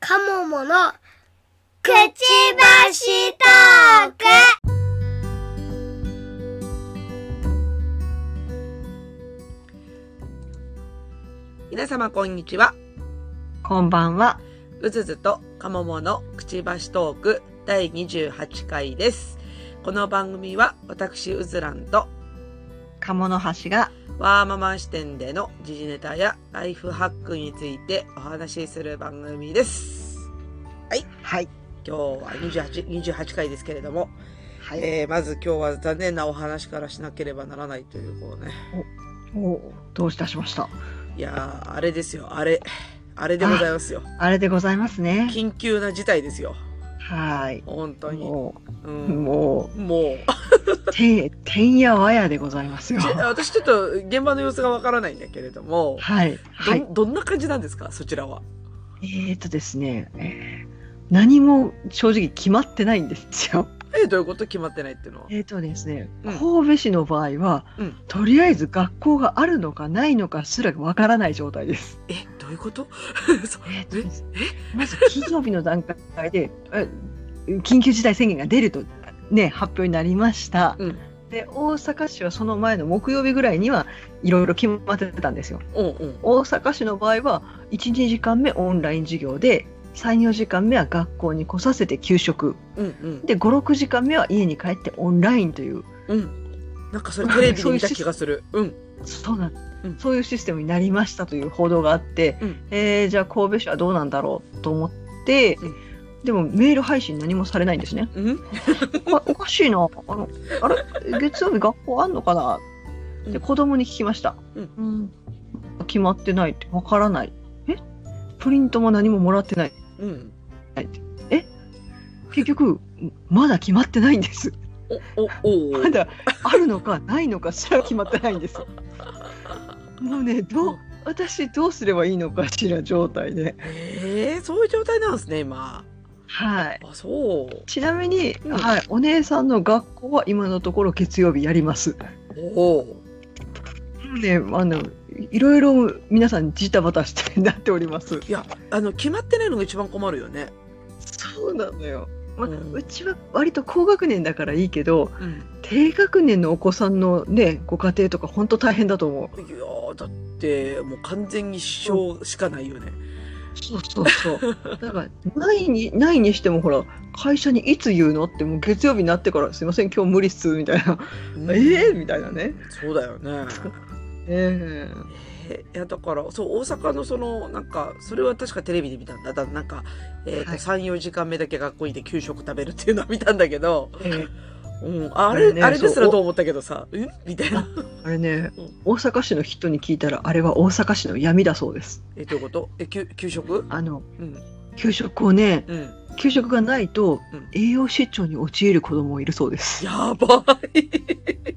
カモモのくちばしトーク皆様こんにちは。こんばんは。うずずとかもものくちばしトーク第28回です。この番組は私うずらんと鴨の橋がワーママ視点での時事ネタやライフハックについてお話しする番組です。はい今日は28、28回ですけれども、はえー、まず今日は残念なお話からしなければならないという、こうね。おうどういたしました。いやー、あれですよ、あれ。あれでございますよ。あれでございますね。緊急な事態ですよ。はい。本当に。もうう、ん。ももう。う、て、てんやわやでござい ますよ。ち私ちょっと現場の様子がわからないんだけれども、はい。どはんい。どんな感じなんですかそちらは。えー、とですね、えー何も正直決まってないんです よ。えどういうこと決まってないっていうのは。えーとですね、うん神戸市の場合は、うんとりあえず学校があるのかないのかすらわからない状態です。えどういうこと そうえっとえですねまず金曜日の段階でえ緊急事態宣言が出ると、ね、発表になりました、うんで大阪市はその前の木曜日ぐらいにはいろいろ決まってたんですようんうん。大阪市の場合は12時間目オンライン授業で34時間目は学校に来させて給食うんうん。で56時間目は家に帰ってオンラインといううん。なんかそれテレビで見た気がする。うん。そうなんうんそういうシステムになりましたという報道があって、うんえーじゃあ神戸市はどうなんだろうと思って、うんでもメール配信何もされないんですね。うんお おかしいな。あの、あれ月曜日学校あんのかなっうてん子供に聞きました。うんうん決まってないって、わからない。えプリントも何ももらってない。うん。結局、まだ決まってないんです。おおおまだあるのかないのかすら決まってないんです。もうね、どうんう、私どうすればいいのかしら状態で。えー、そういう状態なんですね今。はい。あそう。ちなみに、うんはい、お姉さんの学校は今のところ月曜日やります。おお。ね、あの、いろいろ皆さんジタバタしてなっております。いやあの決まってないのが一番困るよね。そうなのよ。まあうんうちは割と高学年だからいいけど、うん。低学年のお子さんのね、ご家庭とか本当大変だと思う。いやーだってもう完全に一生しかないよね。そうそう そう。だから、ないに、ないにしてもほら、会社にいつ言うのってもう月曜日になってから、すいません、今日無理っす、みたいな。うんええみたいなね。そうだよね。えええいやだからそう大阪のそのなんかそれは確かテレビで見たんだだなんか、えーとはい34時間目だけ学校にいて給食食べるっていうのは見たんだけど、えうん、あれ、ねあれですらそうと思ったけどさうんみたい なえあれねうん、大阪市の人に聞いたら、あれは大阪市の闇だそうです。えどういうことえ給給食あの、うん給食をね、うん給食がないとうん栄養失調に陥る子供もいるそうです。やばい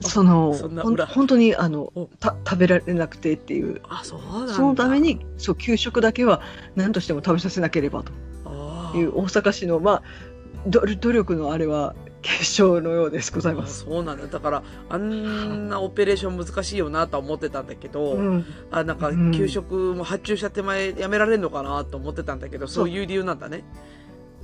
そのそんなほん裏本当にあのおた食べられなくてっていうあそうなんだそのためにそう給食だけは何としても食べさせなければとあーいう大阪市のまあど努力のあれは結晶のようですございあます。そうなんだだからあんなオペレーション難しいよなとは思ってたんだけど、うん、あなんかうん給食も発注した手前やめられるのかなと思ってたんだけどそういう理由なんだね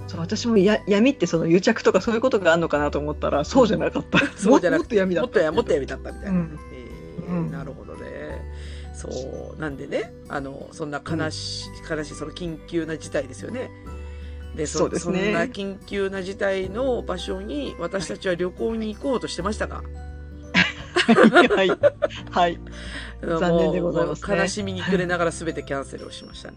そう私もや闇ってその癒着とかそういうことがあるのかなと思ったらそうじゃなかった そうじゃなくもっと闇だもっっとたやもっとやみだったみたいな、うんえーうんなるほどねそうなんでねあのそんな悲しい、悲しいその緊急な事態ですよねでそそうですねそんな緊急な事態の場所に私たちは旅行に行こうとしてましたが、 はいはい残念でございますねもうもう悲しみに暮れながら全てキャンセルをしましたね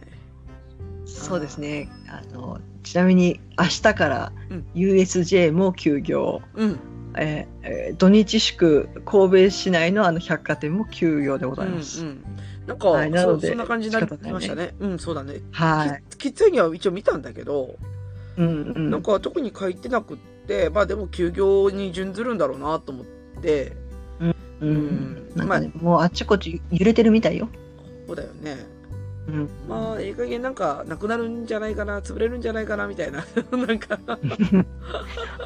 そうですね。あのちなみに明日からうん USJ も休業、うんえーえー土日祝神戸市内のあの百貨店も休業でございます。うんうん、なんか、はいなそのうでそんな感じになり仕方ないねましたねうんそうだねはい。キッズには一応見たんだけど、うんうん。なんか特に書いてなくってまあでも休業に準ずるんだろうなと思ってうんうんうんなんかね、もうあっちこっち揺れてるみたいよ。そうだよねうん。まあええ加減なんかなくなるんじゃないかな潰れるんじゃないかなみたいな なんか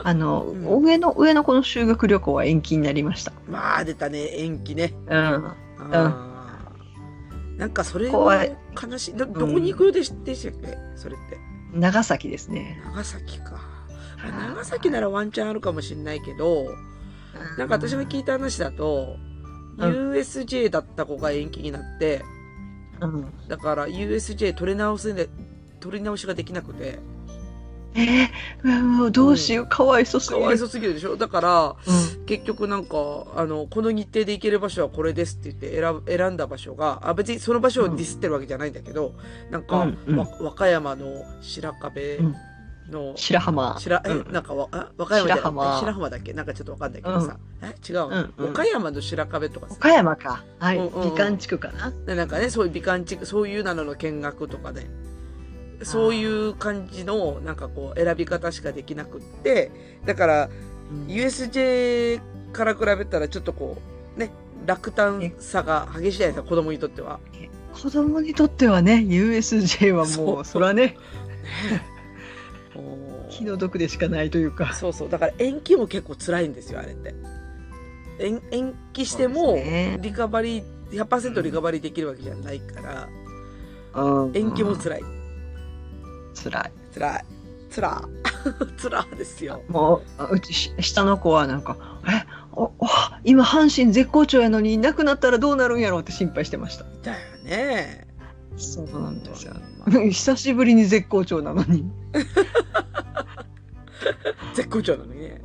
あの、うん上の上のこの修学旅行は延期になりました。まあ出たね延期ねうん。あーなんかそれは怖い悲しい。どどこに行く予定でしたっけそれって。長崎ですね。長崎か。まあ長崎ならワンチャンあるかもしれないけど、なんか私が聞いた話だと、うん USJ だった子が延期になって、うん、だから USJ 取り直せで、取り直しができなくて、えー、もうどうしよう、かわいそうすかぎるわいそうすぎるでしょだから、う結局なんか、あの、この日程で行ける場所はこれですって言って選ぶ選んだ場所が、あ、別にその場所をディスってるわけじゃないんだけど、なんか、うんうんわ和歌山の白壁うんの、ん、白浜。白え、うんなんかわ、あ和歌山じゃなくて白浜白浜だっけなんかちょっとわかんないけどさ。え違うの、うんうん岡山の白壁とかさ。岡山か。はい。うんうんうん美観地区かな。でなんかね、そういう美観地区、そういうなのの見学とかね。そういう感じの、なんかこう、選び方しかできなくって、だから、USJ から比べたらちょっとこう、ね、落胆さが激しいじゃないですか、子供にとっては。子供にとってはね、USJ はそもうう、そらね、おー気の毒でしかないというか。そうそう。だから延期も結構辛いんですよ、あれって。延延期してそも、うですねリカバリー、100%リカバリーできるわけじゃないから、うん延期も辛い。辛い。辛い。辛い。 辛いですよ。もう、あうちし下の子はなんか、え、お、お、今阪神絶好調やのに、いなくなったらどうなるんやろうって心配してました。だよね。そうなんですよ。まあ久しぶりに絶好調なのに。絶好調なのにね。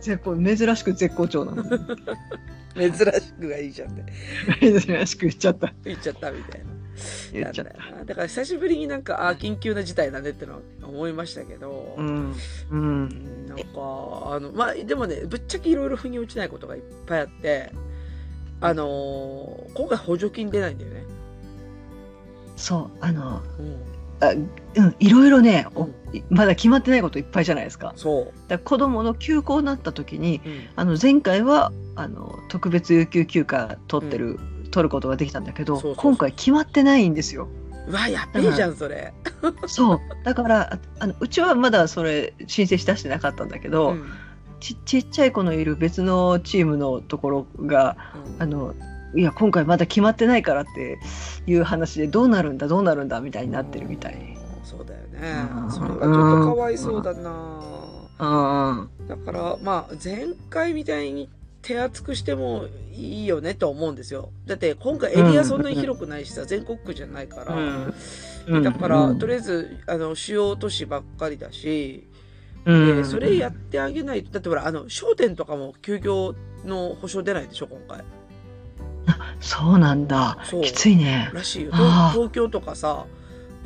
絶好珍しく絶好調なのに。珍しくがいいじゃんって珍しく言っちゃった。言っちゃったみたいな。言っちゃっなんた。だよなだから久しぶりになんか、あー緊急な事態だねってのは思いましたけど、うん。う。うんんなんか、あの、まあ、でもね、ぶっちゃけいろいろ腑に落ちないことがいっぱいあって、あのー今回補助金出ないんだよね。そう、あの、うん。うん、いろいろね、うおんまだ決まってないこといっぱいじゃないですか。そだから子供の休校になった時に、う。うん。あの前回はあの特別有給休暇取ってる、取ることができたんだけど、そうそうそう今回決まってないんですよ。うわ、やっべえじゃん、それ。そう、だからああのうちはまだそれ申請し出してなかったんだけど、うんちちっちゃい子のいる別のチームのところがあの。いや今回まだ決まってないからっていう話でどうなるんだどうなるんだみたいになってるみたい。うんそうだよねう。んそれはちょっとかわいそうだな。うんだから、まあ、前回みたいに手厚くしてもいいよねと思うんですよ。だって、今回エリアそんなに広くないしさ、全国区じゃないから。うんだから、うんとりあえずあの主要都市ばっかりだし、うでんそれやってあげないとだってほらあの商店とかも休業の保証出ないでしょ今回そうなんだそうきついねらしいよ東ああ東京とかさ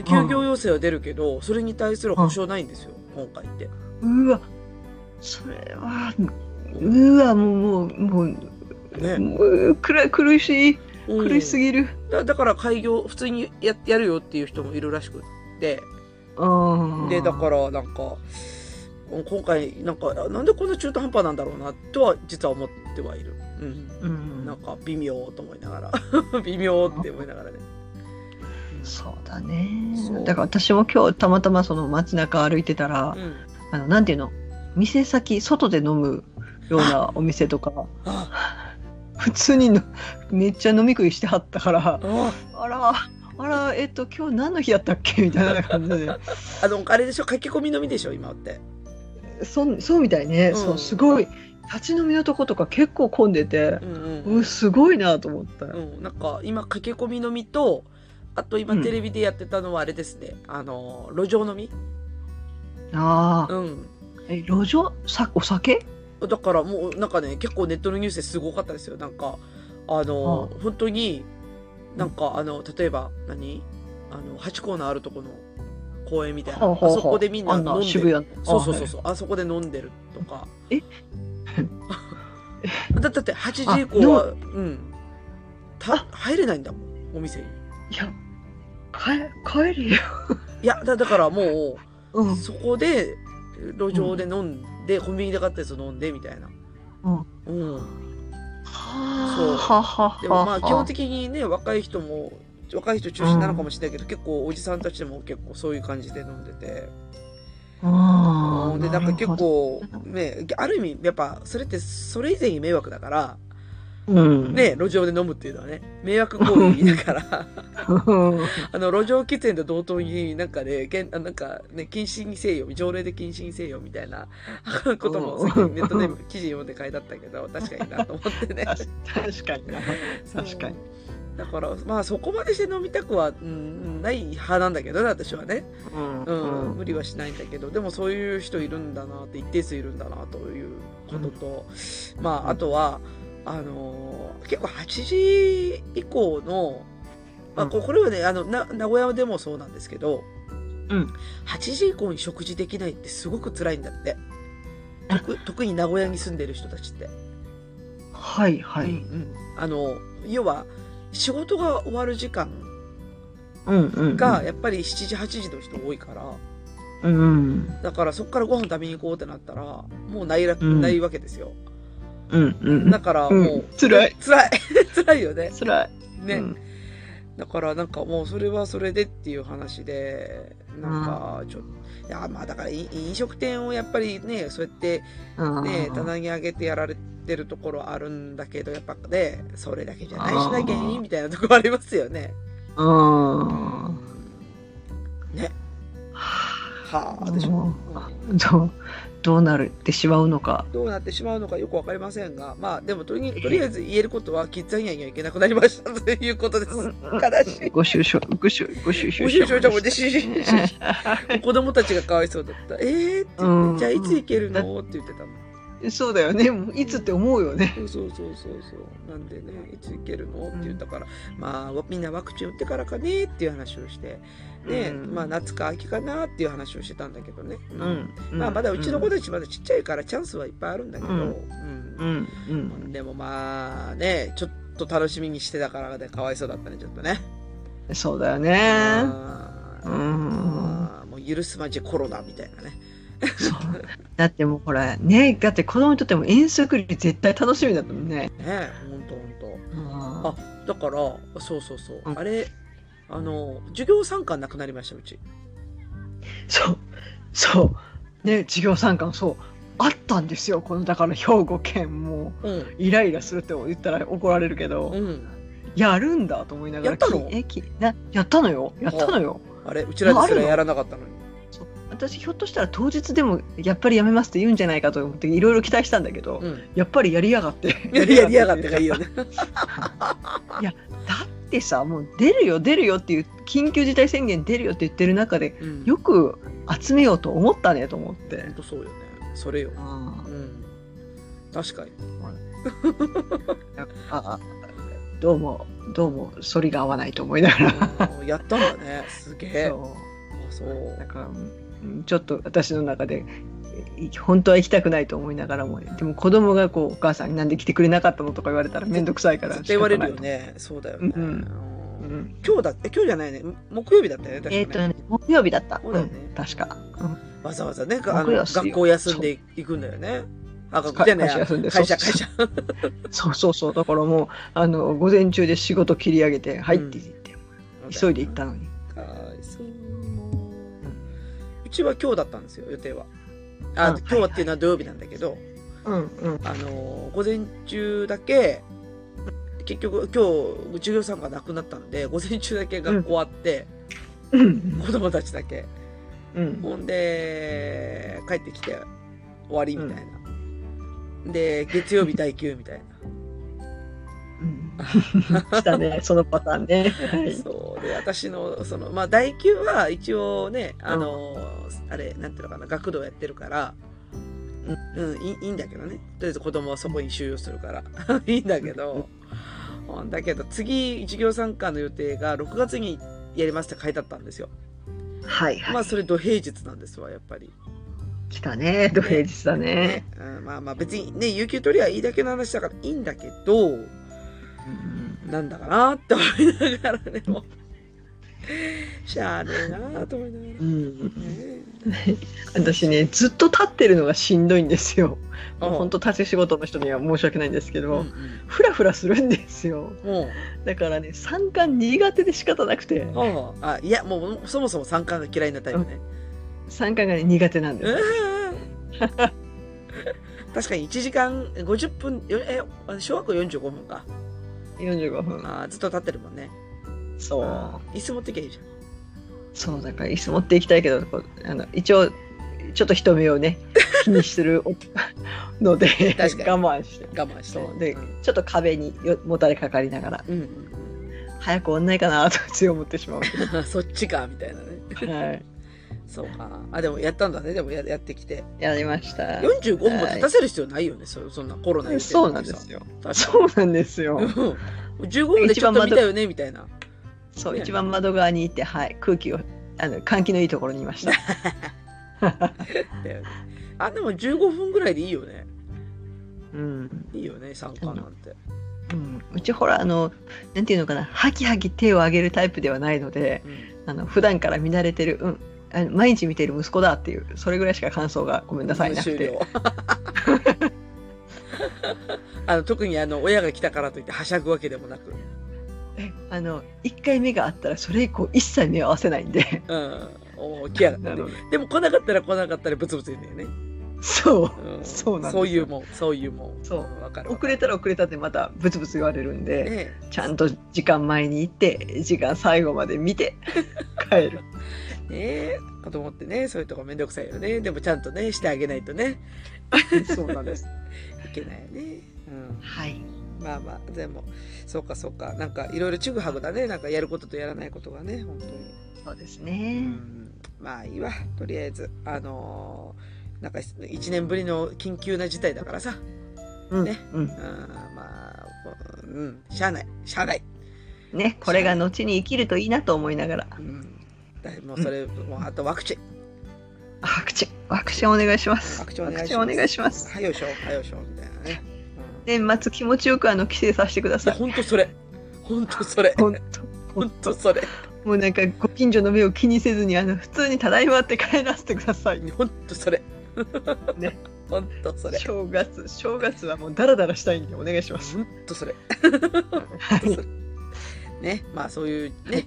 休業要請は出るけど、それに対する保証ないんですよ、今回ってうわそれはうわもうもうもうねもうくら苦しい苦しすぎぎるだだから開業普通にややるよっていう人もいるらしくってうんでだからなんかうん今回なんかあなんでこんな中途半端なんだろうなとは実は思ってはいる、うん、うんなんか微妙と思いながら 微妙って思いながらねそうだねそうだから私も今日たまたまその街中歩いてたらうんあのなんていうの店先外で飲むようなお店とかあ普通にのめっちゃ飲み食いしてはったからああらあらえっと今日何の日やったっけみたいな感じで あのあれでしょ駆け込み飲みでしょ今ってそそうみたいね、うんそうすごい立ち飲みのとことか結構混んでてう、んううんん、すごいなと思った、うんなんか今駆け込み飲みとあと今うんテレビでやってたのはあれですね、あの路上飲みああうんえ路上さお酒だからもうなんかね結構ネットのニュースですごかったですよなんかあの本当になんかあの例えば何あの8コーナーあるとこの公園みたいなほうほうほうあそこでみんなあ飲んでる渋谷のそうそうそうあそう、あそこで飲んでるとか。え だだって8時以降は、うん。た入れないんだもん、お店に。はいいや帰帰るよ、いや、だだからもうんう、そこで、路上で飲んで、コンビニで買ったやつ飲んで、みたいな。うん。そうはははでもまあ、基本的的にね、若い人も、若い人中心なのかもしれないけど、結構おじさんたちでも結構そういう感じで飲んでて。あうあんで、なんか結構なるほ、ね、ある意味、やっぱ、それってそれ以前に迷惑だから、うん。ね、路上で飲むっていうのはね、迷惑行為だ から、うん。あの、路上喫煙と同等になんかね、けんあなんかね、禁止にせよ、条例で禁止にせよみたいなことも、うんさっきネットで記事読んで書いてあったけど、確かになと思って ね。確確かにな。確かに。そう。だから、まあそこまでして飲みたくは、うん、ない派なんだけどね、私はね。うんうん、無理はしないんだけど、でもそういう人いるんだなって、一定数いるんだなということと、まあ、あとは、あのー結構8時以降の、まあ、ここれはね、あの、な名古屋でもそうなんですけど、うん8時以降に食事できないってすごく辛いんだって。特特に名古屋に住んでる人たちって。はいはうんい。うんあの、要は、仕事が終わる時間うんうん。が、、やっぱり7時、8時の人多いから、うんだからそこからご飯食べに行こうってなったらもうないら、うんないわけですようんうん。だからもう、うん辛い辛い 辛いよね辛い。ね、うんだからなんかもうそれはそれでっていう話でなんかちょっといやまあだからい飲食店をやっぱりねそうやってねうん棚に上げてやられてるところあるんだけどやっぱねそれだけじゃないあーしなきゃいいみたいなところありますよねうん。ねはあうんでしょ、どうどうなるってしまうのか。どうなってしまうのかよくわかりませんが、まあでもとりとりあえず言えることは、キッザニアには行けなくなりましたということです。悲しい。ご就職ご就ごご就職愁傷者も自身子供たちがかわいそうだった。えーって言うっんて、じゃあいつ行けるのって言ってたもん。そうだよね。もういつって思うよね。そうそうそうそうそう。なんでね、いつ行けるのって言ったから、まあみんなワクチン打ってからかねっていう話をして、ね、うんまあ夏か秋かなっていう話をしてたんだけどね。うう。ん。まあまだうちの子で。たちまだちっちゃいからチャンスはいっぱいあるんだけど、うんうんうんうん。でもまあね、ちょっと楽しみにしてたからで、かわいそうだったね、ちょっとね。そうだよね。あうーん。あーもう許すまじコロナみたいなね。そう だってもうほらねだって子供にとっても遠足より絶対楽しみだったもんね。ねほんとほんあと。だから、そうそうそう。うんあれ、あの、授業参観なくなりました、うち。そうそうね授業参観そうあったんですよこのだから兵庫県もうん。イライラするって言ったら怒られるけど、うん。やるんだと思いながらやったのきえきなやったのよやったのよ。あれ、うちらですらやらなかったのに。私ひょっとしたら当日でもやっぱりやめますって言うんじゃないかと思っていろいろ期待したんだけど、うん。やっぱりやりやがって やりやが ってがいいよね。だってさもう出るよ出るよっていう緊急事態宣言出るよって言ってる中 でうんよく集めようと思ったねと思っほてん。とそうよね。それよ。うん。確 かに。あどうもどうも反りが合わないと思いながら。うんやったんだね。すげえ。そあ、そうだう。からうんちょっと私の中でい本当は行きたくないと思いながらもでも子供がこうお母さんになんで来てくれなかったのとか言われたら面倒くさいから絶対言われるよ仕方ないね。そうだよね。うんうんうんうん今日だって今日じゃないね木曜日だったよね確かえっ、ね,、とね木曜日だったそうだよねん確かわざわざねがあの木曜っすよ学校休んでいくんだよねあ学校かじゃない会社休んで会社そう会社そうそうそうだからもうあの午前中で仕事切り上げて入って言って、急いで行ったのにかわいそううちは今日だったんですよ予定はあうん今日はっていうのは土曜日なんだけど、うんうんあの午前中だけ結局今日授業参加なくなったんで午前中だけ学校あって、うん子供たちだけうんほんで、帰ってきて終わりみたいな。で、月曜日第9みたいしたね そのパターンね、 はいな。そう。で、私の、その、まあ、第9は一応ね、あの、あれ、なんていうのかな、学童やってるから、うん、いいいいんだけどね。とりあえず子供はそこに収容するから。 いいんだけど、だけど、次、授業参加の予定が6月にやりますって書いてあったんですよ。はいはい、まあ、それ、土平日なんですわ、やっぱり。来たね土平日だねうん、まあまあ別にね、有給取りゃいいだけの話だからいいんだけど、なんだかなって思いながらでも、 しゃあねえなと思いながら。うねんえ私ねずっと立ってるのがしんどいんですよああ本当立ち仕事の人には申し訳ないんですけうんうど、んフラフラするんですよもだからね参観苦手で仕方なくてう、ああ、あいや、もうそもそも参観が嫌いなタイプね。参観が、ね、苦手なんうですん 確かに1時間50分、よえ、小学校45分か。 45分あーずっと立ってるもんね。そう椅子持ってきゃいいじゃん。そうだから椅子持っていきたいけどこうあの一応ちょっと人目を ね気にするお ので確かに我慢して我慢して。そうでんちょっと壁によもたれかかりながらうんうん早く終わんないかなと強思ってしまう、うん。 そっちか、みたいなね。 はい、そうか。あ、でもやったんだね。でもややってきて。やりました45分も立たせる必要ないよね。そそんなコロナ言ってそうなんですよ。よ確かにそうなんですよ うん15分でちょっと見たよね、みたいな。そう、ね一番窓側にいて、はい、空気を、あの、換気のいいところにいま した。だよねあ、でも15分ぐらいでいいよね。うん、いいよね、参加なんて。うん、うちほら、あの、なんていうのかな、はきはき手を上げるタイプではないので。うんあの、普段から見慣れてる、うん、あの毎日見てる息子だっていう、それぐらいしか感想が、ごめんなさい、なく終て。 了。あの特にあの親が来たからといってはしゃぐわけでもなく、あの、一回目があったら、それ以降、一切目を合わせないんで。うん、おー来やがったなねのででも来 なかったら来なかったらブツブツ言うんだよね、そう。ん、そうなんですよそういうもんそういうもんそうんわかるわ遅れたら遅れたってまたブツブツ言われるんで、ねちゃんと時間前に行って時間最後まで見 て帰るね子供ってねそういうとこめんどくさいよねでもちゃんとねしてあげないとねそうなんですいけないよね、うん、はいまあまあでもそうかそうかなんかいろいろちぐはぐだねなんかやることとやらないことがね本当に、そうですうね。ん、まあいいわとりあえずあのーなんか1年ぶりの緊急な事態だからさ、うん、ねね、うん、まあうんしゃあないしゃあない、ね、これが後に生きるといいなと思いながら。うん、だもうそれ、もうあとワクチンワクチン、ワクチンお願いします。ワクチンお願いしますワクチンお願いします。はよしょはよしょみたいなね、うん、い年末気持ちよくあの帰省させてくだやさい。本当それ本当それ本当。本当それもうなんかご近所の目を気にせずにあの普通にただいまって帰らせてください。本当それね本当それ正月、正月はもうダラダラしたいんでお願いします。本当それはい。ねまあそういうね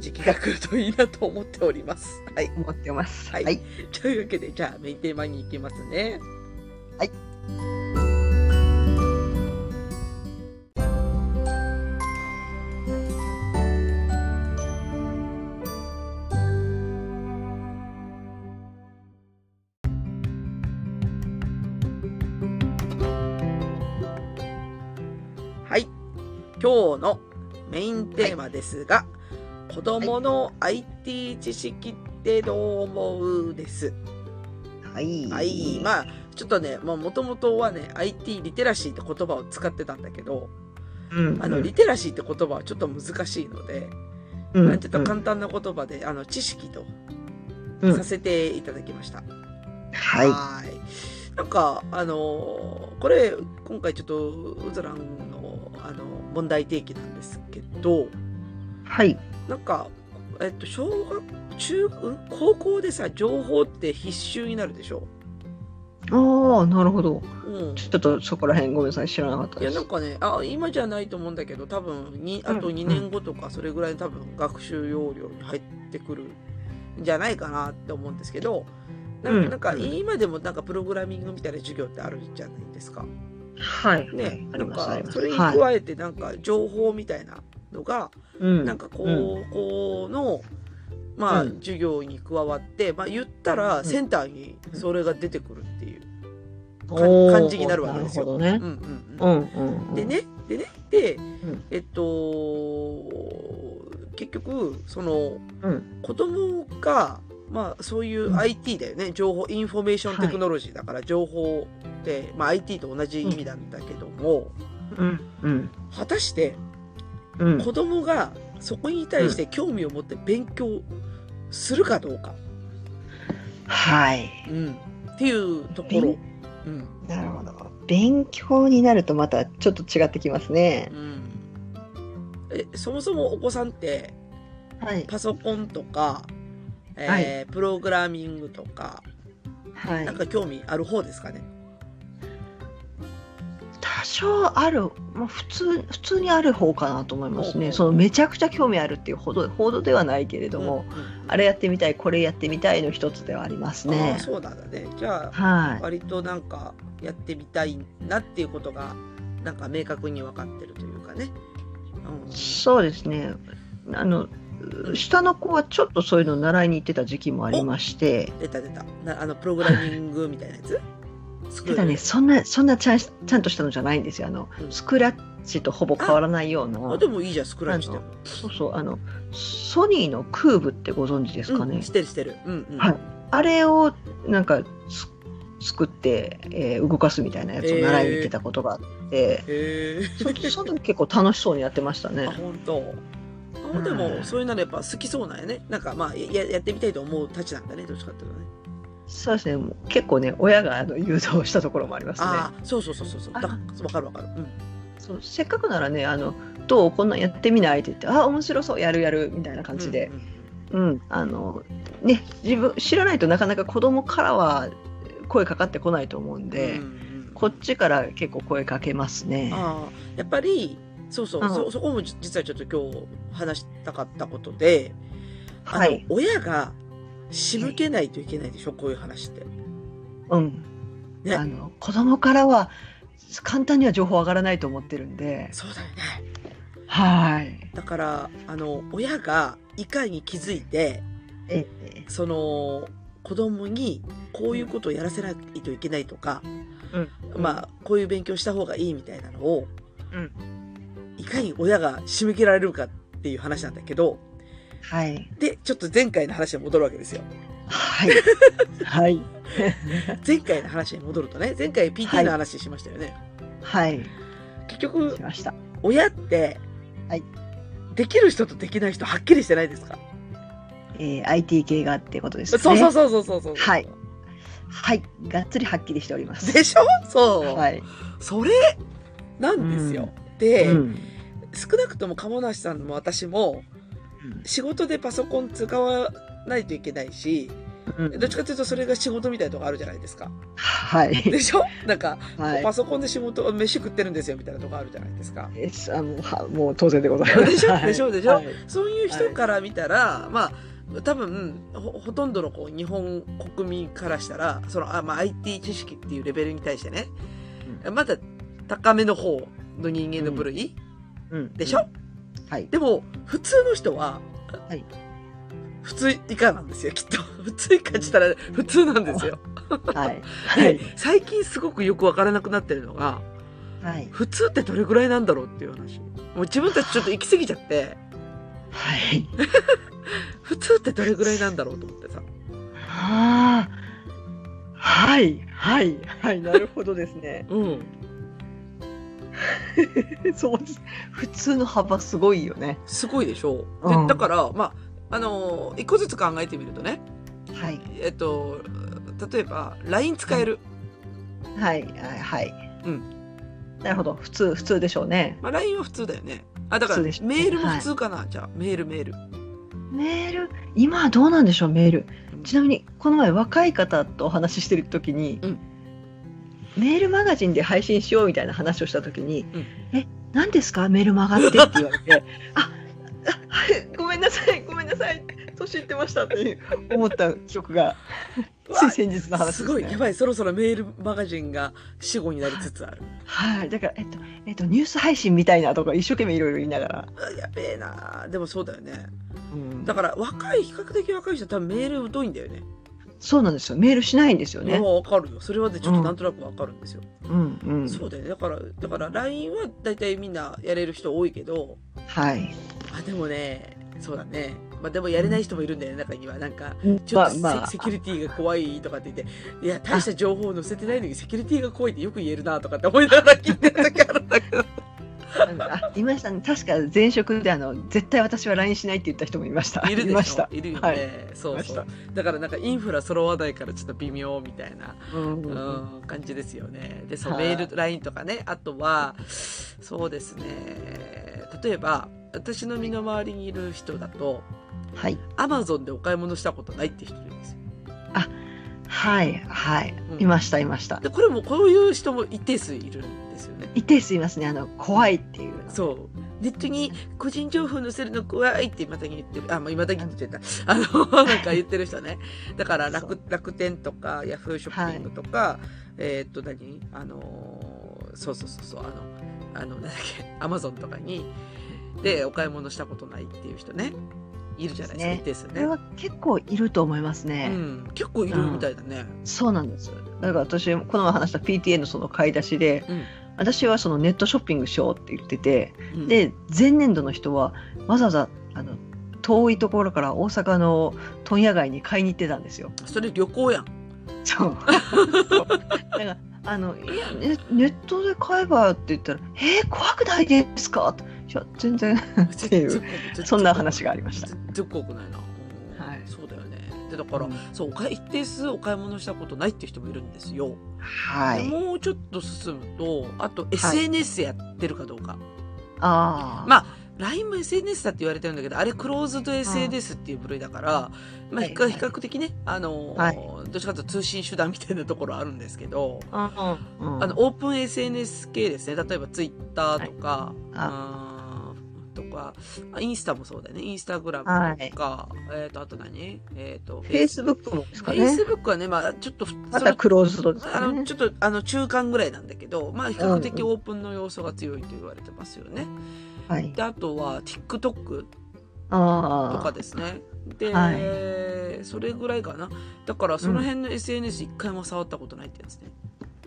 時期が来るといいなと思っておりますはい思ってます。はいはい。 というわけでじゃあメインテーマに行きますねはいはい今日のメインテーマですが、子供の IT 知識ってどう思うです、はい。はい、まあちょっとねもともとはね IT リテラシーって言葉を使ってたんだけどうん、あのリテラシーって言葉はちょっと難しいので、うん、なんて言ったら簡単な言葉であの知識とうんさせていただきました。はい。ーいなんかあのーこれ今回ちょっとうずらんのあの問題提起なんですけどはい。なんか、えっと、小学中うん高校でさ情報って必修になるでしょ。ああ、なるほど。うんちょっとそこら辺ごめんなさい、知らなかったいでやす。なんかねあ今じゃないと思うんだけど多分にあとうん2年後とかそれぐらい多分学習要領に入ってくるんじゃないかなって思うんですけどなうんなんかうん今でもなんかプログラミングみたいな授業ってあるじゃないですか。はい。ね、あなりんます、あかります。それにはい加えてなんか情報みたいなのがうんなんか高校のまあうん授業に加わってまあ言ったらセンターにそれが出てくるっていう。か感じになるわけですよおーうなんるほどね。うんうんうんうんうん。で。ね、でね、で、んえっと、結局、その、うん子供が、まあ、そういううん IT だよね、情報、インフォメーションテクノロジーだから、情報って、まあ、IT と同じ意味なんだけども、うんうん果たして、うん。子供がそこに対して興味を持って勉強するかどうか、はい。うん、っていうところ勉。うんなるほど。勉強になるとまたちょっと違ってきますねう。ん、えそもそもお子さんって、はい。パソコンとか、えーはいプログラミングとか、はいなん。か興味ある方ですかね。少ある、まあ、普通普通にある方かなと思いまほうすほうねそのめちゃくちゃ興味あるっていうほどほどではないけれども、うんうんあれやってみたいこれやってみたいの一つではありますあねー。そうなんだね。じゃあ、はい、割となんかやってみたいなっていうことがなんか明確に分かってるというかね。うんそうですねあの下の子はちょっとそういうのを習いに行ってた時期もありまして出た出た。なあのプログラミングみたいなやつ。スクーたルだねそんなそんなちゃんしちゃんとしたのじゃないんですよあのうんスクラッチとほぼ変わらないようなあでもいいじゃんスクラッチでも。そうそうあのソニーのクーブってご存知ですかね、うんしてるしてる。うんうん。はいあれをなんかす作って、えー動かすみたいなやつを習いに行ってたことがあって、へそその時結構楽しそうにやってましたえ。ねあ。本当。あでもそういうのやっぱ好きそうなんやね。なんかまあややってみたいと思うたちなんだねどっちかっていうとね。そうですねもう結構ね親があの誘導したところもありますね。ああそうそうそうそうそう。だわかるわかる。うん。そうせっかくならねあのどうこんなんやってみないって言ってあ面白そうやるやるみたいな感じでうんうんうん、あのね自分知らないとなかなか子供からは声かかってこないと思うんで、うんうんこっちから結構声かけますね。ああやっぱりそうそう、うんそそこもじ実はちょっと今日話したかったことで、あのはい、親が仕向けないといけないでしょ、こういう話って。うん。ねあの子供からは簡単には情報上がらないと思ってるんで、そうだよね。はい。だからあの親がいかに気づいてえその子供にこういうことをやらせないといけないとか、まあこういう勉強した方がいいみたいなのを、うんいかに親が仕向けられるかっていう話なんだけどはいでちょっと前回の話に戻るわけですよ。はいはい前回の話に戻るとね前回 PT の話しましたよね、はい結局しました。親って、はいできる人とできない人はっきりしてないですかえー、IT 系がってことですそうね。そうそうそうそうそうはいはいがっつりはっきりしております。でしょそう、はい。それなんですよ、で、少なくとも鴨梨さんも私も仕事でパソコン使わないといけないしうんどっちかというとそれが仕事みたいなとこあるじゃないですかはいでしょなんか、はいパ。ソコンで仕事飯食ってるんですよみたいなとこあるじゃないですかえあもうはもう当然でございます。でしょはいでしょでしょはいそういう人から見たら、まあ多分ほほとんどのこう日本国民からしたらそのあ、まあ、IT 知識っていうレベルに対してね、まだ高めの方の人間の部類、うんでしょはい。でも普通の人は、はい普通以下なんですよきっと 普通以下って言ったら普通なんですよ。はい。で最近すごくよくわからなくなってるのがはい。普通ってどれぐらいなんだろうっていう話もう自分たちちょっと行き過ぎちゃってはい。普通ってどれぐらいなんだろうと思ってさ。。はあ。はい。はい。はい。なるほどですねうん そうです。普通の幅すごいよね。すごいでしょう。うんでだから、まあ、あのー一個ずつ考えてみるとね、はい。えっと、例えば、LINE 使える。はい。はいはい。うん。なるほど。普通、普通でしょうね。まあ、LINE は普通だよね。あ、だから、普通メでしょーうルも普通かな。じゃあ、メール、メール。メール。今はどうなんでしょう。メール。ちなみに、この前若い方とお話ししてる時に。うんメールマガジンで配信しようみたいな話をした時にうん「え何ですかメールマガって」って言われ て「ああはいごめんなさいごめんなさい年いってました」って思った記憶がうわつい先日の話ですす、ね、ごい、やばい、そろそろメールマガジンが死後になりつつあ る。はい、だから、えっと、えっと、ニュース配信みたいなとか、一生懸命いろいろ言いながら。あやべえなでもそうだよね。うんだから、若い、比較的若い人は多分メール疎いんだよね。そうなんですよ、メールしないんですよねあ。わかるよ。それはね、ちょっとなんとなくわかるんですよ。うん、うん、そうだよね。だから、だから LINE は大体みんなやれる人多いけど、はい。あでもねそうだねまあでもやれない人もいるんだよね中にはなんかちょっまあ、とセ,、まあセ、キュリティが怖いとかって言っていや大した情報を載せてないのにセキュリティが怖いってよく言えるなとかって思いながら聞いてる時あるんだけどあいましたね、確か前職で、あの、絶対私はラインしないって言った人もいました。いるでしょました。いるよね、はいそうそいうだからなんかインフラ揃わないからちょっと微妙みたいな、うん、ううん、ん、感じですよねでそうはいメール LINE とかねあとはそうですね例えば私の身の回りにいる人だとはい。アマゾンでお買い物したことないって人いるんですよはいはい、うんいましたいましたでこれもこういう人も一定数いるんですよね。一定数いますねあの怖いっていうそうネットに個人情報載せるの怖いってまた言ってるあもう今だけ言ってたあの なんか言ってる人ねだから楽楽天とかヤフーショッピングとか、えーっと何あのーそうそうそうそうあのあのなんだっけアマゾンとかにでお買い物したことないっていう人ねいるじゃないですか一定数これねは結構いると思いますうね、ん、結構いるみたいだね、そうなんですだから私この前話した PTA のその買い出しでうん私はそのネットショッピングしようって言っててうん、で前年度の人はわざわざあの遠いところから大阪の問屋街に買いに行ってたんですよ。それ旅行やんそう。だからあのいやネネットで買えばって言ったら「えー、怖くないですか?」って「いや全然」っ ていうそんな話がありましたずずっこくないな、うんはいそうだよねでだから、そうお買い一定数お買い物したことないって人もいるんですよ、はでい。もうちょっと進むとあと SNS やってるかどうか、ああ。まあ LINE も SNS だって言われてるんだけどあれクローズド SNS っていう部類だから、まあ、はい比較はい比較的ね、あのーはいどっちかというと通信手段みたいなところあるんですけど、あ、うん、あのオープン SNS 系ですね例えばツイッターとか、あーとかあインスタもそうだよねインスタグラムとか、えっ、とあと何えっ、とフェイスブックもですフかェイねス。ブックはねまあちょっとそれまたクローズドですあかのねち。ょっとあの中間ぐらいなんだけどまあ比較的うんオープンの要素が強いと言われてますよね。はい。であとは TikTok とあかあ。ですね。で、はそれぐらいかなだからその辺の SNS 一回も触ったことないってやつね。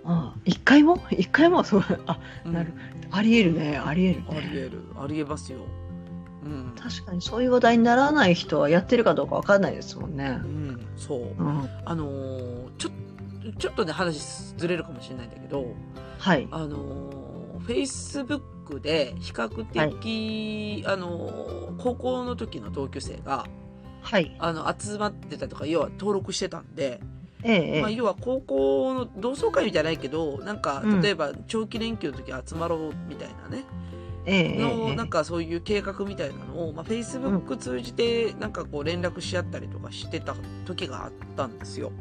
ああ一回も一回もそうあうんなるありえるねありえるありね。えるありえますよ。うん確かにそういう話題にならない人はやってるかどうかわかんないですもんねう。ん、そう。うん、あのーちょちょっとね、話ずれるかもしれないんだけど、はい。あのー、Facebook で比較的、あのー高校の時の同級生が、はい。あの、集まってたとか、要は登録してたんで、ええ。まあ、ええ要は高校の同窓会じゃないけど、なんかう、ん例えば長期連休の時集まろうみたいなね、えええのえなんかそういう計画みたいなのを、まあ、Facebook 通じてなんかこう連絡し合ったりとかしてた時があったんですよ。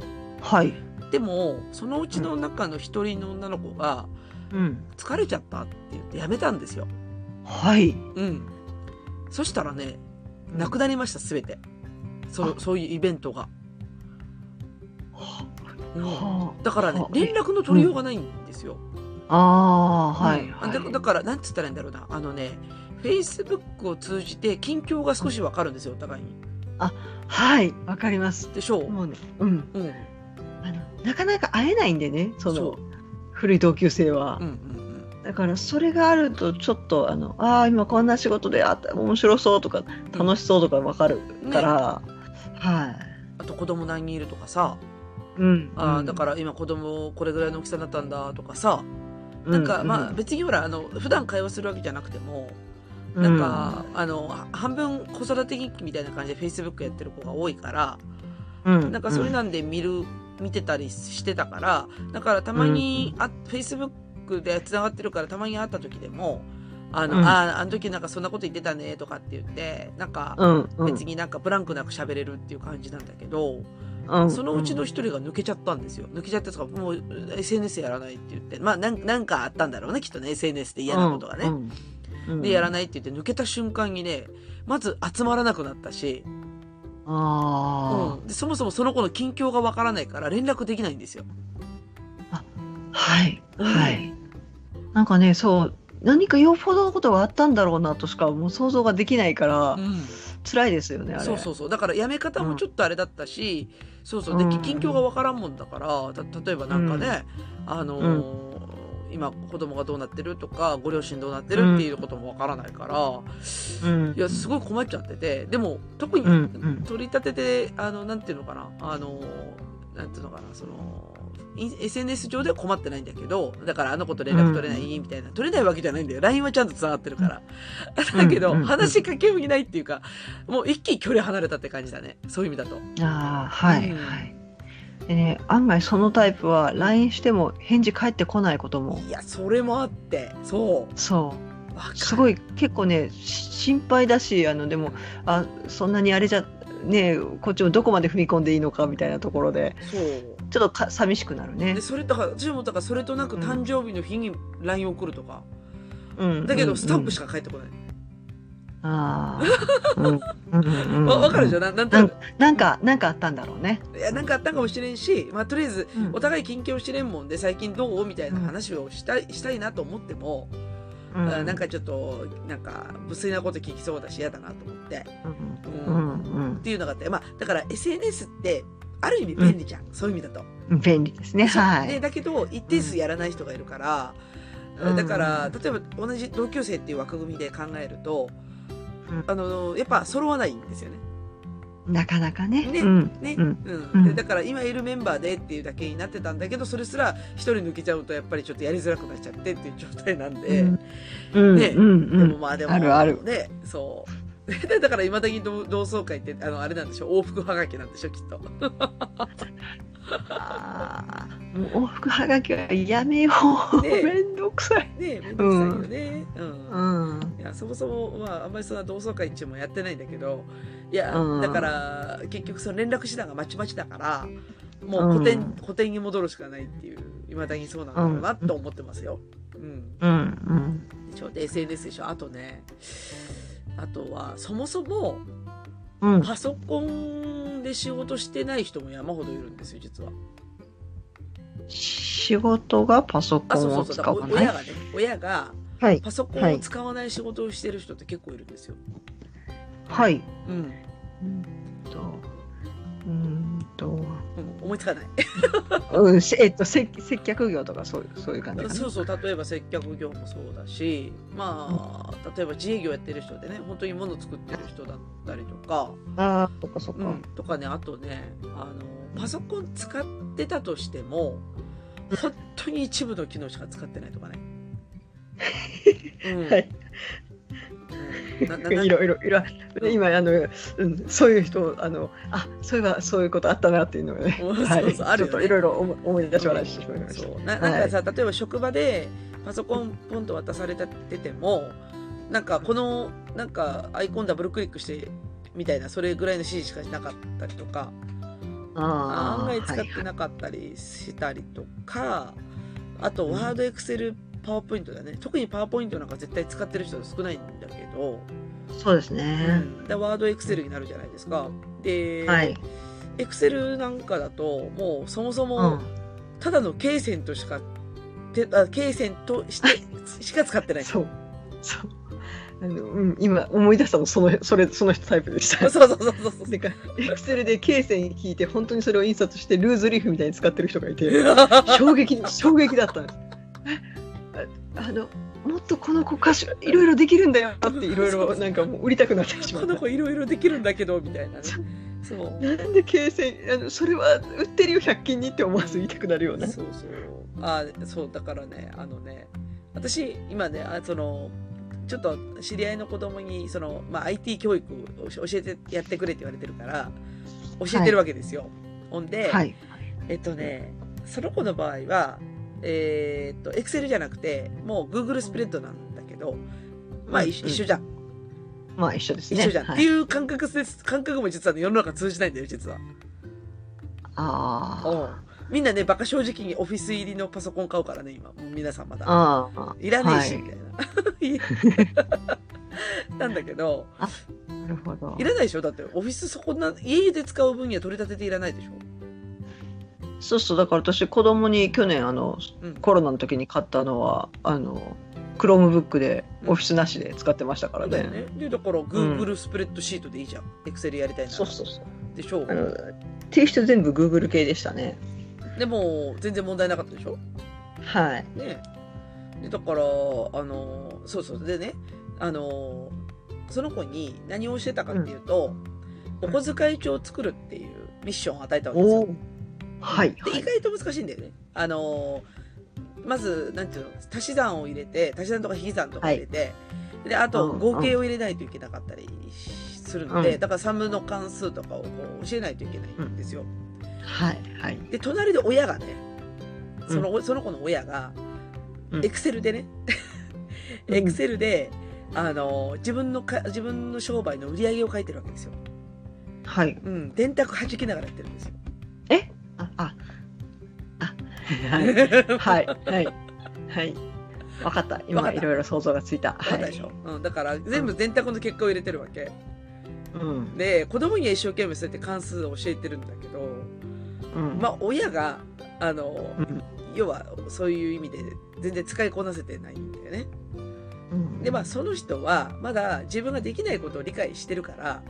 はい。でもそのうちの中の一人の女の子がうん。疲れちゃったって言って辞めたんですよ。はい。うん。そしたらね、なくなりました、すべて。そう、あそういうイベントが。はうんはだからねは、連絡の取りようがないんですよ。ああー、はい。うんはいだだから、なんつったらいいんだろうな。あのね、Facebook を通じて近況が少しわかるんですよ、お互いに。はい。わかります。でしょう、もうね、うん。うん。あのなかなか会えないんでね、そそうの古い同級生はうんう。んだからそれがあるとちょっとあのああ今こんな仕事であった面白そうとか楽しそうとかわかるうん。かね、ら、はい。あと子供何人いるとかさ、うんあうーんだから今子供これぐらいの大きさになったんだとかさ、うなんかまあ別にほらあの普段会話するわけじゃなくても、うなんかあのは半分子育て日記みたいな感じで Facebook やってる子が多いから、うんなんかそれなんで見る見てたりしてたからだからたまに、あ Facebook でつながってるからたまに会った時でも「あの、うんあーあの時なんかそんなこと言ってたね」とかって言ってなんかうんうん別になんかブランクなく喋れるっていう感じなんだけど。うんそのうちの一人が抜けちゃったんですよ。抜けちゃったんですかもう SNS やらないって言って、まあなんなんかあったんだろうね、きっとね、SNS で嫌なことがね。うんうんで、やらないって言って、抜けた瞬間にね、まず集まらなくなったし、あうんでそもそもその子の近況がわからないから連絡できないんですよ。あ、はいうんはい、なんかねそう何かよほどのことがあったんだろうなとしかもう想像ができないから、辛いですよねあれそうそうそう。だからやめ方もちょっとあれだったし、そうそう。うで、ん近況がわからんもんだから、た例えばなんかね、あのー今子供がどうなってるとかご両親どうなってるっていうこともわからないから、う、ん、いやすごい困っちゃっててでも特にうんうん取り立てて、あのなんていうのかなあのなんていうのかなそのイン SNS 上では困ってないんだけどだからあの子と連絡取れない、みたいな取れないわけじゃないんだよ LINE はちゃんとつながってるから、うんだけど、うんうん話しかけもいないっていうかもう一気に距離離れたって感じだねそういう意味だとああはい、うんはいでね案外そのタイプは LINE しても返事返ってこないこともいやそれもあってそそうわかるすごい結構ねし心配だしあのでもあそんなにあれじゃねこっちもどこまで踏み込んでいいのかみたいなところでそうちょっとか寂しくなるねで。それとか私もだからそれとなくうん誕生日の日に LINE 送るとか、うんだけどスタンプしか。か返ってこない、わああ。うんうんう んわかるでしょななんとなくなんかなんかあったんだろうね。いやなんかあったかもしれんし、まあ、とりあえずうんお互い近況してれんもんで最近どうみたいな話をしたいしたいなと思っても、うんあなんかちょっとなんか無粋なこと聞きそうだし嫌だなと思って、うんうんうっんていうのがあって、まあ、だから SNS ってある意味便利じゃん、そういう意味だと。うん便利ですね。はね、い。だけど一定数やらない人がいるから、うんだから例えば同じ同級生っていう枠組みで考えると、うんあのやっぱ揃わないんですよね。なかなかね。ねうんねうんでうんだから今いるメンバーでっていうだけになってたんだけどそれすら一人抜けちゃうとやっぱりちょっとやりづらくなっちゃってっていう状態なんで、うんうんねうんうでんもまあでもあるあるねそうでだからいまだに同同窓会ってあのあれなんでしょ往復はがきなんでしょきっと。あーもう往復はがきはやめよう。ねめんどくさい。ねめんどくさいよね。うんうん。いやそもそも、まあ、あんまりそんな同窓会っていうのもやってないんだけどいや、うんだから結局その連絡手段がまちまちだからもう古典,、うん古典に戻るしかないっていういまだにそうなんだろうなと思ってますよ。うん、うんうん。でしょで SNS でしょあとねあとはそもそもうん。パソコンで仕事してない人も山ほどいるんですよ実は。仕事がパソあコそうンそをうそう使だからわない親。がね親がはい。パソコンを使わない仕事をしてる人って結構いるんですよ。はい。うんうんと。うーんと。うん、思いつか ない。うん、せえっと、接接客業とか、そういう、そういう感じかな。そうそう例えば接客業もそうだしまあ例えば自営業やってる人でね本当に物作ってる人だったりとか、ああ、そっか、そっうか。ん、とかねあとねあのパソコン使ってたとしても本当に一部の機能しか使ってないとかね。うんはいうんななないろいろいろ今あの、うん、そういう人あのあそういえばそういうことあったなっていうのをね、うんは そうい、そうあるちよょねっといろいろ思い思い出し笑いしてしまいましたそうななんかさ、例えば職場でパソコンポンと渡されててもなんかこのなんかアイコンダブルクリックしてみたいなそれぐらいの指示しかなかったりとかあー案外使っはいはてなかったりしたりとか、あとワードエクセルパワーポイントだね特にパワーポイントなんか絶対使ってる人少ないんだけど、いそうですね、でワードエクセルになるじゃないですか。で、はい、エクセルなんかだともうそもそうも、ん、ただの経線としかてあ経線と してしか使ってない。そそううそうあの、うん、今思い出したのそのそれその人タイプでしたそうそう そうそう。なんかエクセルで経線引いて本当にそれを印刷してルーズリーフみたいに使ってる人が いて衝撃衝撃だったんです。ああのもっとこの子歌手いろいろできるんだよっていろいろなんかもう売りたくなってしまこっのた子。いろいろできるんだけどみたいなね。そそう。なんで形成あのそれは売ってるよ100均にって思わず言いたくなるような。そうそう。あそうだからねあのね私今ねあそのちょっと知り合いの子供にそのまあ IT 教育を教えてやってくれって言われてるから教えてるわけですよ。ほんで、はい。えっとねその子の場合はえーっと Excel じゃなくてもう Google スプレッドなんだけどまあ一緒一緒緒。じゃん。まあ一緒ですね。一緒じゃん、はってい、いう感覚です感覚も実は、ね、世の中通じないんだよ実はああ。みんなねバカ正直にオフィス入りのパソコン買うからね今皆さんまだああ。いらねえし、はいみたいな なんだけどなるほどい。らないでしょだってオフィスそこな家で使う分には取り立てていらないでしょ、そうそうだから私子供に去年あのうん、コロナの時に買ったのはあの Chromebook でオフィスなしで使ってましたからそうだよね。ねでだから Google スプレッドシートでいいじゃん、Excel やりたいならそうそうそう。でしょあの提出全部 Google 系でしたね。でも全然問題なかったでしょはい。ねでだからあのそうそうでねあのその子に何をしてたかっていうと、うんお小遣い帳を作るっていうミッションを与えたわけですおよお。。はい。では意い。外と難しいんだよね。あのまずなんていうの足し算を入れて足し算とか引き算とか入れて、であとうん合計を入れないといけなかったりするので、うんだから3分の関数とかをこう教えないといけないんですよ。はい。はい。で隣で親がねうんその,、その子の親がうんエクセルでねうんエクセルであの自分のか自分の商売の売り上げを書いてるわけですよ。はい。うん、電卓弾きながらやってるん ですよ。あ、あ、あ、 はい。はい。はい。はい。わかった。わか今、ったいろいろ想像がついた。わかはったでい。しょ、うん、だから全部電卓の結果を入れてるわけ。うん。で子供には一生懸命そうやって関数を教えてるんだけど、うん。まあ、親があのうん要はそういう意味で全然使いこなせてないんだよね。うんでまあその人はまだ自分ができないことを理解してるから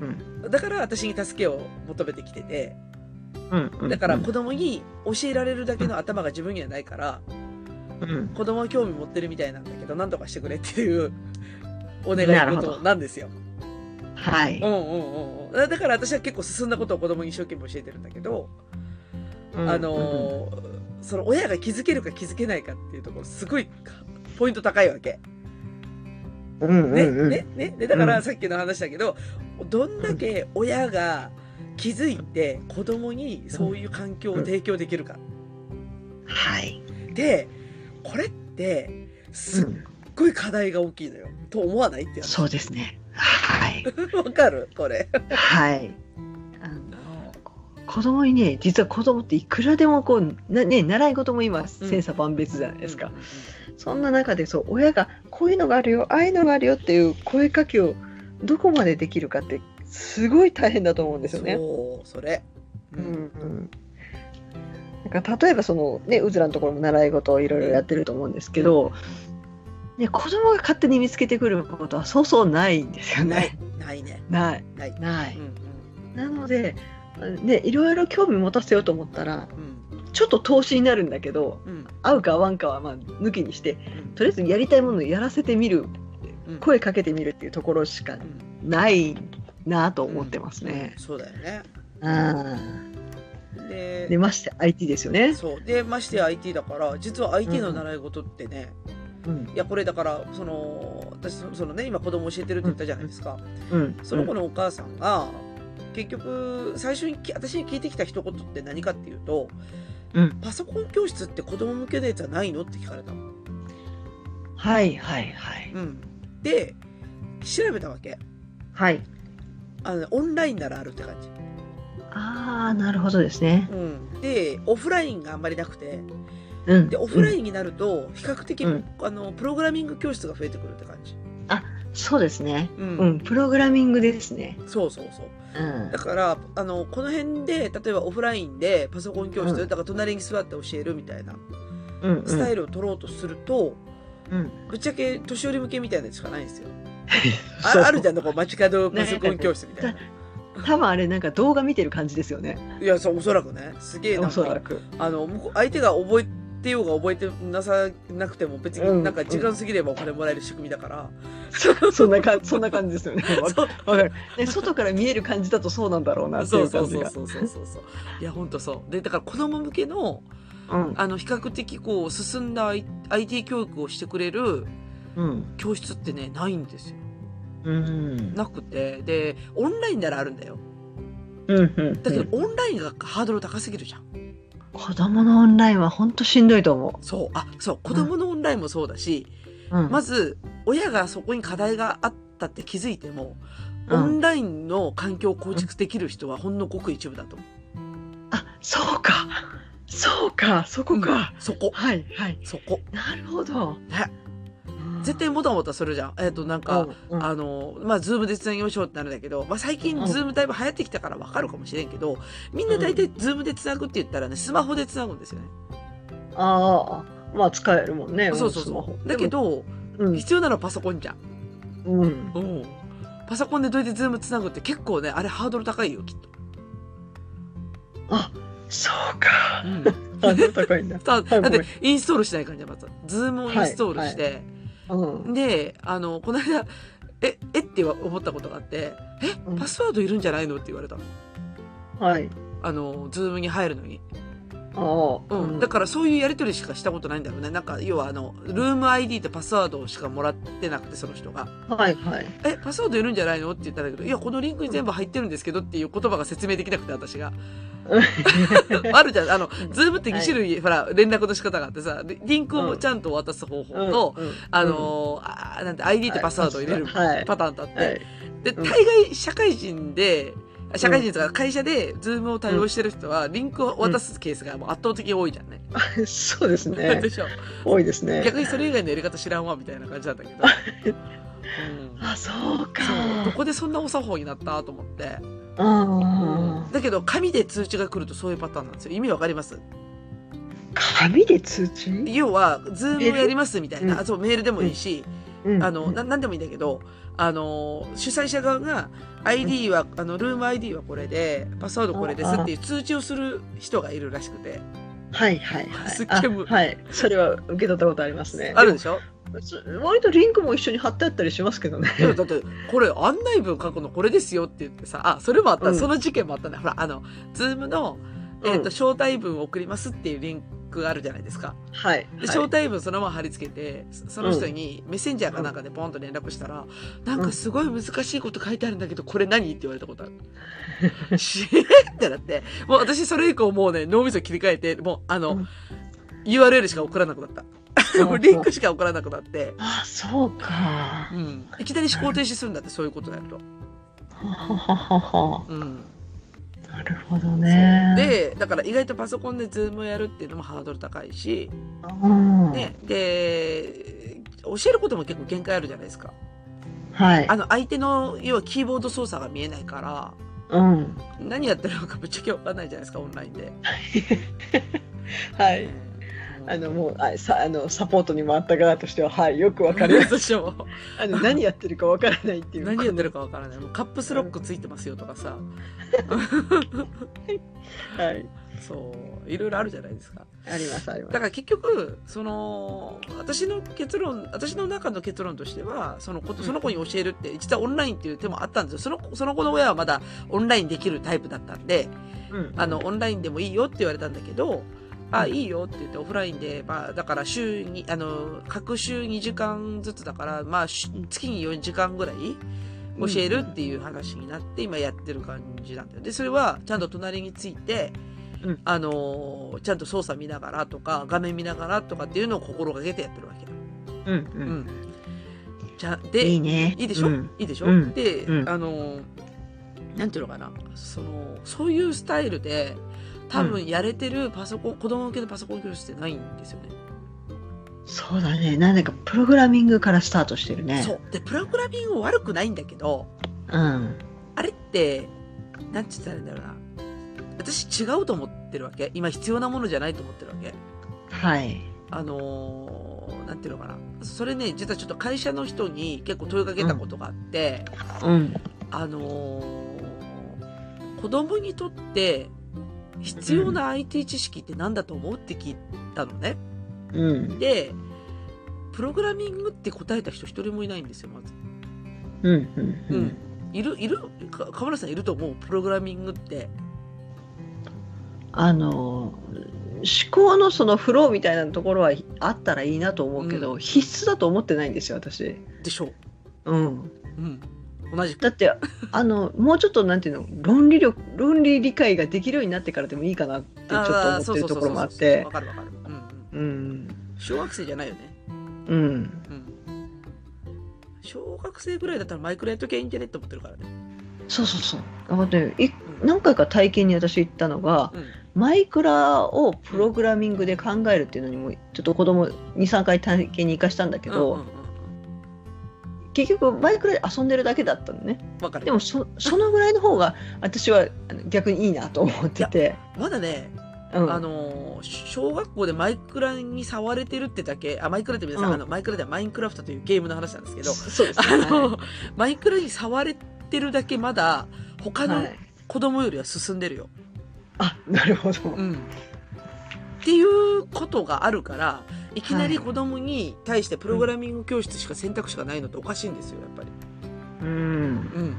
うん。だから私に助けを求めてきててうん。だからうん子供に教えられるだけの頭が自分にはないからうん。子供は興味持ってるみたいなんだけど何とかしてくれっていうお願ないるほ事どなんですよ。はいうん。うんうんうん、だから私は結構進んだことを子供に一生懸命教えてるんだけど、うんあのーその親が気づけるか気づけないかっていうところすごいポイント高いわけ。うんうんねうんねねでだかうらんさっきの話だけど、どんだけ親が気づいて子供にそういう環境を提供できるか。はい。でこれってすっうんごい課題が大きいのよ。と思わないって話。そうですね。はい。 わかるこれ。はい。あの子供にね実は子供っていくらでもこうな、ね、習い事も今千差万別じゃないですか、そんな中でそう親がこういうのがあるよああいうのがあるよっていう声かけをどこまでできるかってすごい大変だと思うんですよね。そうそれ。うんうんなんか例えばその、ね、うずらのところも習い事をいろいろやってると思うんですけど、ね、子供が勝手に見つけてくることはそうそうないんですよね。ないないね。ないない。なういんなので、ね、いろいろ興味持たせようと思ったら、うんちょっと投資になるんだけど、うんうん合うか合わんかはまあ抜きにして、うんとりあえずやりたいものをやらせてみる、うん声かけてみるっていうところしかうんないなと思ってますね。そうだよね。あでーでまして IT ですよね。そうでましてや IT だから実は IT の習い事ってね、うんいやこれだからその私そそのね今子供教えてるって言ったじゃないですか、うんその子のお母さんが結局最初にき私に聞いてきた一言って何かっていうと、うんパソコン教室って子供向けのやつはないのって聞かれたの。はいはいはいうん、で調べたわけはい。あの、ね、オンラインならあるって感じ。ああなるほどですね。うん、でオフラインがあんまりなくてうん。でオフラン、インになると比較的、うんあのプログラミング教室が増えてくるって感じ。そうですね。うんうんプログラミングですね。そうそうそううんだからあのこの辺で例えばオフラインでパソコン教室、うんだから隣に座って教えるみたいなうんスタイルを取ろうとすると、うん。ぶっちゃけ年寄り向けみたいなやつしかないんですよ。あそうあるじゃんこう街角パソコン教室みたいな。多分あれなんか動画見てる感じですよね。いやそうおそらくねすげえなおんそからく。あの向こう相手が覚えてようが覚えてなさなくても別うにんなんか時間過ぎればお金もらえる仕組みだから、 そんなか そんな感じですよね。わそうわかる。ね外から見える感じだとそうなんだろうなってそいううそ感うじそうが。そうそうそうそういや本当そうでだから子供向けのうんあの比較的こう進んだ I- IT 教育をしてくれるうん教室ってねないんですようんなくてでオンラインならあるんだようんだけど、オンラインがハードル高すぎるじゃん子供のオンラインは本当しんどいと思そうあそう子供のオンラインもそうだし、う。うんまず親がそこに課題があったって気づいてもうオんンラインの環境を構築できる人はほんのごく一部だと思う、あそうかそうかそこか、そこはいはいそこなるほど。ね絶対もたもたするじゃんえっ、となんか、うんうんあの、まあ、ズームでつなぎましょうってなるんだけど、まあ、最近うんズームだいぶ流行ってきたからわかるかもしれんけど、みんな大体ズームでつなぐって言ったらね、スマホでつなぐんですよね。ああまあ使えるもんね。そうそうスマホそう。だけ、ど、でも必要なのはパソコンじゃん。うんうんうん。パソコンでどうやってズームつなぐって結構ね、あれハードル高いよ、きっと。あそうか。うん。あ高いんだ。だごだめんって、インストールしない感じゃん、まず。ズームをインストールして、うんで、あの、この間、え、えって思ったことがあって、え、うんパスワードいるんじゃないのって言われたの。はい。あの、ズームに入るのに。ああうん、だからそういうやり取りしかしたことないんだろうね。なんか、要はあの、ルーム ID とパスワードしかもらってなくて、その人が。はいはい。え、パスワードいるんじゃないのって言ったんだけど、いや、このリンクに全部入ってるんですけどっていう言葉が説明できなくて、私が。 あるじゃん。あの、ズームって2種類、ほら、連絡の仕方があってさ、リリンクをちゃんと渡す方法と、うんうんあのーあーなんて、ID とパスワードを入れるはいパターンだって、はいで、うん大概社会人で、社会人とか会社で Zoom を対応してる人はリンクを渡すケースがもう圧倒的に多いじゃんね。そうですねでしょ多いですね逆にそれ以外のやり方知らんわみたいな感じなんだけど。う んあそうかそうどこでそんなお作法になったと思って、あだけど紙で通知が来るとそういうパターンなんですよ意味わかりますあ紙で通知要は「ズームやります」みたいうんなあそうメールでもいいし、あのうんな何でもいいんだけどあの主催者側が ID は、あのルーム ID はこれでパスワードこれですっていう通知をする人がいるらしくてはいはいはいすっげえむあはいそれは受け取ったことありますねあるでしょそ割とリンクも一緒に貼ってあったりしますけどね。でもだってこれ案内文書くのこれですよって言ってさあそれもあった、うんその事件もあったねほらあのズームの、えーと招待文を送りますっていうリンクがあるじゃないですか。うんはい。で招待文そのまま貼り付けてそその人にメッセンジャーかなんかでポンと連絡したら、なんかすごい難しいこと書いてあるんだけどこれ何って言われたことあ る。しってなってもう私それ以降もうね脳みそ切り替えてもうあの、うん URL しか送らなくなった。も うリンクしか送らなくなって、あ、そうかう。ん、いきなり思考停止するんだってそういうことやると。ははははは。うんなるほどね。、でだから意外とパソコンでズームをやるっていうのもハードル高いし、うん、ね、で教えることも結構限界あるじゃないですか。はいあ。の相手の要はキーボード操作が見えないからうん。何やってるのかぶっ ちゃけわかんないじゃないですかオンラインで。はい。あの、もう、あ、さ、あの、サポートに回った側としては、はい、よくわか るる。でしょあの、何やってるかわからないっていう。何やってるかわからないもうカップスロックついてますよとかさはい。そういろいろあるじゃないですかあります、ありまだかす。ら結局その私の結論私の中の結論としてはその子その子に教えるって実はオンラインっていう手もあったんですよその子その子の親はまだオンラインできるタイプだったんでうんあの、オンラインでもいいよって言われたんだけど、あ、いいよって言ってオフラインで、まあ、だから週に、あの、各週2時間ずつだから、まあ、し月に4時間ぐらい教えるっていう話になって、今やってる感じなんだよ。で、それは、ちゃんと隣についてうん、あの、ちゃんと操作見ながらとか、画面見ながらとかっていうのを心がけてやってるわけ。うん、う。うんん。じゃ、いでい、ね。いいでしょ、うんいいでしょ、うんで、うんあのなんていうのかなそのそういうスタイルで多分やれてるパソコン、子供向けのパソコン教室ってないんですよね。そうだね。なんだか、プログラミングからスタートしてるね。そうでプログラミング悪くないんだけどうん。あれってなんて言ったらいいんだろうな私違うと思ってるわけ今必要なものじゃないと思ってるわけ。はい。あのーなんていうのかなそれね実はちょっと会社の人に結構問いかけたことがあって、うん。あのー子供にとって必要な IT 知識って何だと思うって聞いたのね。うん。で、プログラミングって答えた人一人もいないんですよ、まず。うん。うん。うん。いる、いる、か河村さんいると思うプログラミングって。あの思考のそのフローみたいなところはあったらいいなと思うけど、必須だと思ってないんですよ私、でしょう。うん、うん。同じく。だってあのもうちょっとなんていうの論理力論理理解ができるようになってからでもいいかなってちょっと思ーってるところもあっそうそうそうそうてわかるわかる。うん、うん。うん小学生じゃないよね。うんうん。小学生ぐらいだったらマイクロネット系インテネット持ってるからね。そうそうそうだからねいうん。何回か体験に私行ったのがうんマイクラをプログラミングで考えるっていうのにもちょっと子供23回体験に生かしたんだけど、うんうんうん結局マイクラで遊んでるだけだったのねうんわかる。でもそそのぐらいの方が私はあの逆にいいなと思ってて、まだね、うん、あのー小学校でマイクラに触れてるってだけあマイクラって皆さん、うんあのマイクラではマインクラフトというゲームの話なんですけどそうですあね、の、 はマイクラに触れてるだけまだ他いはのい、子供よりは進んでるよ、あなるほど、うんっていうことがあるからいきなり子供に対してプログラミング教室しか選択肢がないのっておかしいんですよやっぱり。うん、うん、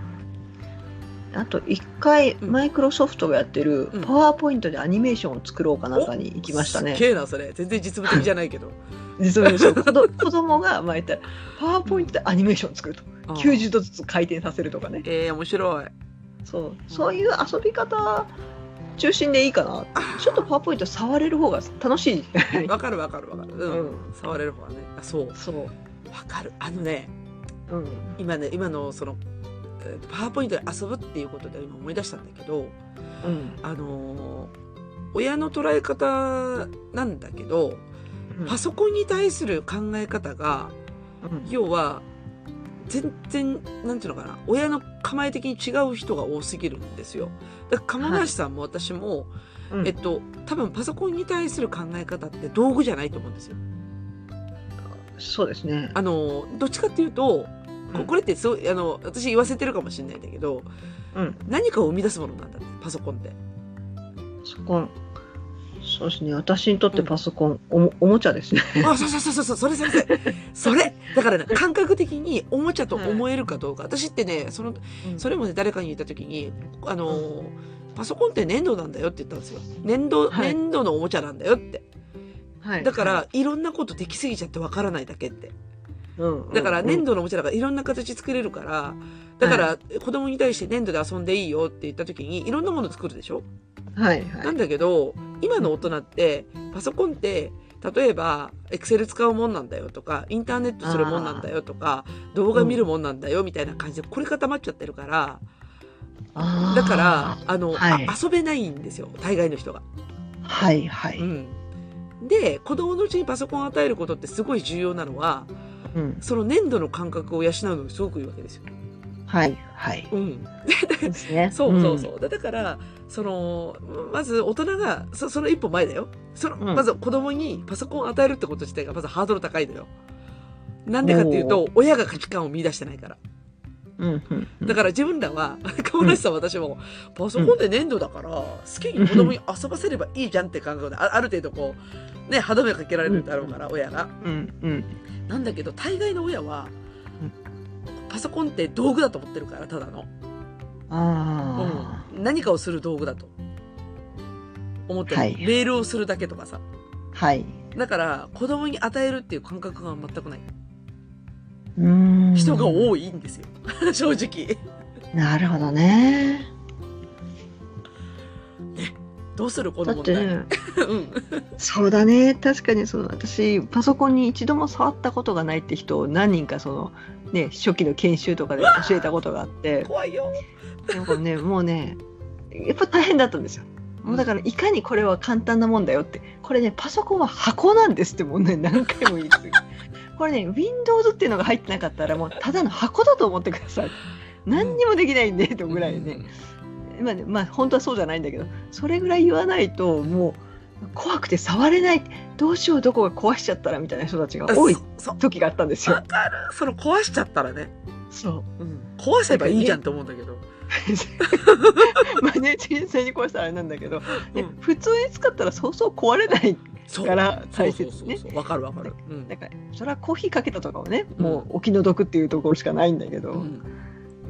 あと一回うんマイクロソフトがやってるうんパワーポイントでアニメーションを作ろうかなんかに行きましたねすっ、げえなそれ全然実務的じゃない けど。実はそう子ど 子供が前言ったらパワーポイントでアニメーションを作るとうん90度ずつ回転させるとかねえー、面白い。 そうそういう遊び方中心でいいかなちょっとパワーポイント触れる方が楽しい わかるわかるわかる。うん。う触れる方がね。あそう。わそう、かる。あのね、うん、今ね今のそのえっとパワーポイントで遊ぶっていうことで今思い出したんだけど、うんあのー親の捉え方なんだけど、パソコンに対する考え方が、うん要は、全然、なんていうのかな、親の構え的に違う人が多すぎるんですよ。だから、鴨梨さんも私も、うんえっと、多分パソコンに対する考え方って道具じゃないと思うんですよ。そうですね。あのーどっちかっていうと、ここれってそう、あの、私言わせてるかもしれないんだけど、うん何かを生み出すものなんだって、パソコンって。パソコン。そうですね。私にとってパソコン、おもおもちゃですね。あ、そうそうそうそうそう、それそれそれ。それだからね、感覚的におもちゃと思えるかどうか。私ってね、その、それもね、誰かに言った時に、あのー、パソコンって粘土なんだよって言ったんですよ。粘土、はい粘土のおもちゃなんだよって。はいだから、、いろんなことできすぎちゃってわからないだけって。うんだから、うん粘土のおもちゃだからいろんな形作れるから、だから、子供に対して粘土で遊んでいいよって言った時に、いろんなもの作るでしょはいはいなんだけど、今の大人って、パソコンって、例えば、エクセル使うもんなんだよとか、インターネットするもんなんだよとか、動画見るもんなんだよみたいな感じで、これ固まっちゃってるから、あーだから、あの、はいあ遊べないんですよ、大概の人が。はいはい、うん。で、子供のうちにパソコンを与えることってすごい重要なのは、うんその粘土の感覚を養うのがすごくいいわけですよ。はいはいうん。ですねそうそうそう。だから、その、まず大人が、そその一歩前だよ。その、うんまず子供にパソコンを与えるってこと自体がまずハードル高いのよ。なんでかっていうと、親が価値観を見出してないから。うん、うんうんだから自分らは、鴨梨さんも私も、パソコンで粘土だから、好きに子供に遊ばせればいいじゃんって感覚で、あある程度こう、ね、歯止めかけられるだろうから、親が。うんうんなんだけど、大概の親はうん、パソコンって道具だと思ってるから、ただの。あうん、何かをする道具だと思ってる、はいメールをするだけとかさあはいだから子供に与えるっていう感覚が全くないうーん人が多いんですよ 正直なるほどねどうするこだのっ問て、題、うん、そうだね確かにその私パソコンに一度も触ったことがないって人を何人かそのね初期の研修とかで教えたことがあって 怖いよなんかねもうねやっぱ大変だったんですよ。もうだからいかにこれは簡単なもんだよってこれねパソコンは箱なんですってもうね何回も言 い続けてこれね Windows っていうのが入ってなかったらもうただの箱だと思ってください何にもできないんでとぐらいねまあねまあ本当はそうじゃないんだけどそれぐらい言わないともう怖くて触れないどうしようどこが壊しちゃったらみたいな人たちが多いそ時があったんですそわよ。かるその壊しちゃったらね、そう うん、壊せばいいじゃんと思うんだけど、まあね実際に壊したらあれなんだけど、ねうん普通に使ったらそうそう壊れないそうから大そ切うそうそねうそうわかるわかる、うんだからそれはコーヒーかけたとかはね、うんもうお気の毒っていうところしかないんだけど、ううん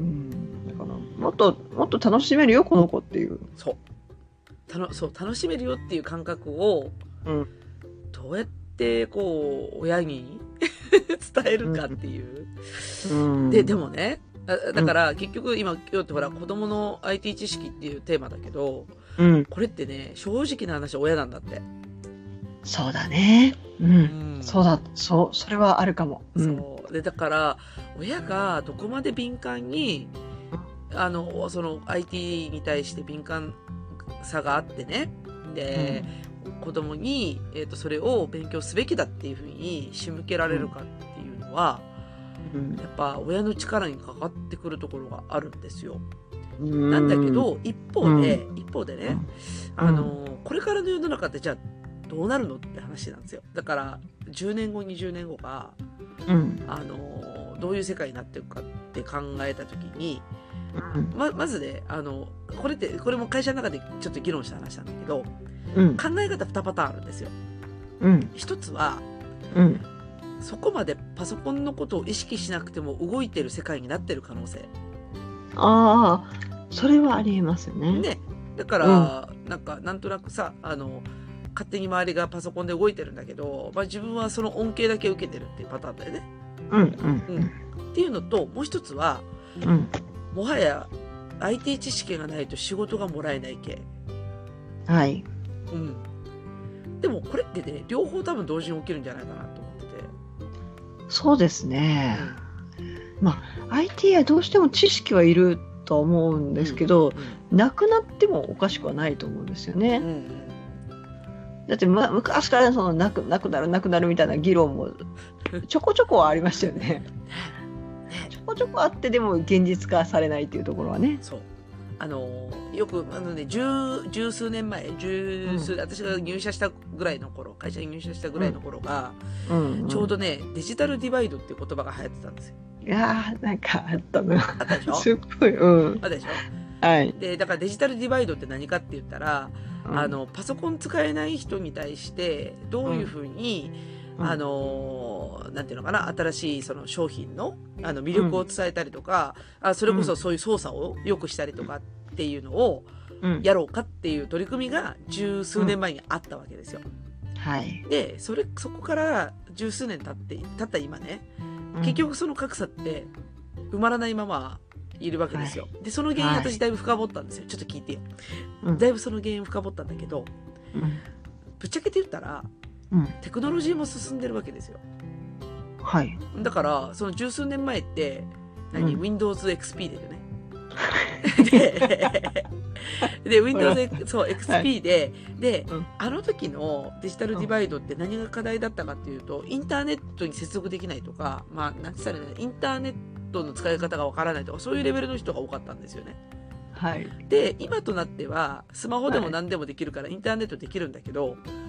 ん、だからもっともっと楽しめるよこの子っていうそうたのそう楽しめるよっていう感覚を、うんどうやってこう親に 伝えるかっていう、ででもねあだから結局今今日ってほら子供の IT 知識っていうテーマだけどうんこれってね正直な話親なんだって、そうだねうん、んそうだそうそれはあるかも、うんそうでだから親がどこまで敏感にあのその IT に対して敏感さがあってねで、子供に、えー、とそれを勉強すべきだっていうふうに仕向けられるかっていうのはうんやっぱ親の力にかかってくるところがあるんですよ。うんなんだけど一方で、一方でね、うんあのこれからの世の中ってじゃあどうなるのって話なんですよ。だから10年後20年後がうんあのどういう世界になっていくかって考えた時にうんままずねあのこれってこれも会社の中でちょっと議論した話なんだけどうん考え方2パターンあるんですよ。うん一つはうんそこまでパソコンのことを意識しなくても動いてる世界になってる可能性。ああそれはありえますよねね。だから、なんか、なんとなくさ、あの、勝手に周りがパソコンで動いてるんだけど、まあ自分はその恩恵だけ受けてるっていうパターンだよね。うんっていうのと、もう一つは、うんうんもはや IT 知識がないと仕事がもらえない系。はいうん。でもこれってね、両方多分同時に起きるんじゃないかなと思ってて。そうですね。まあ IT はどうしても知識はいるとは思うんですけど、なくなってもおかしくはないと思うんですようんうね。んだって、ま、昔からそのなくなくなるなくなるみたいな議論もちょこちょこはありましたよね。 ちょこちょこあってでも現実化されないっていうところはね。そう。あのー、よく、あのね、十、十数年前、十数、う私が入社したぐらいの頃、会社に入社したぐらいの頃が、うんちょうどね、デジタルディバイドっていう言葉が流行ってたんですよ。いやーなんかあったの。あったでしょすっごい。うあん。ったでしょはい。で、だからデジタルディバイドって何かって言ったら、うんあ、の、パソコン使えない人に対して、どういうふうに、あのー、なんていうのかな、新しいその商品の、あの、魅力を伝えたりとか、あそれこそそういう操作を良くしたりとかっていうのを、うん、やろうかっていう取り組みが十数年前にあったわけですよ。はい。で、それ、そこから十数年経って、経った今ね、結局その格差って埋まらないままいるわけですよ。で、その原因はい私だいぶ深掘ったんですよ。ちょっと聞いてよ。うんだいぶその原因深掘ったんだけど、うん、ぶっちゃけて言ったら、うんテクノロジーも進んでるわけですよ。はい。だから、その十数年前って、何、うん Windows XP だよ ね。で、で Windows えそう XP で、で、うんあの時のデジタルディバイドって何が課題だったかっていうと、インターネットに接続できないとか、まあ、なんて言ったらいいんだろうインターネットの使い方がわからないとか、そういうレベルの人が多かったんですよね。はい。で、今となっては、スマホでも何でもできるから、インターネットできるんだけど、うん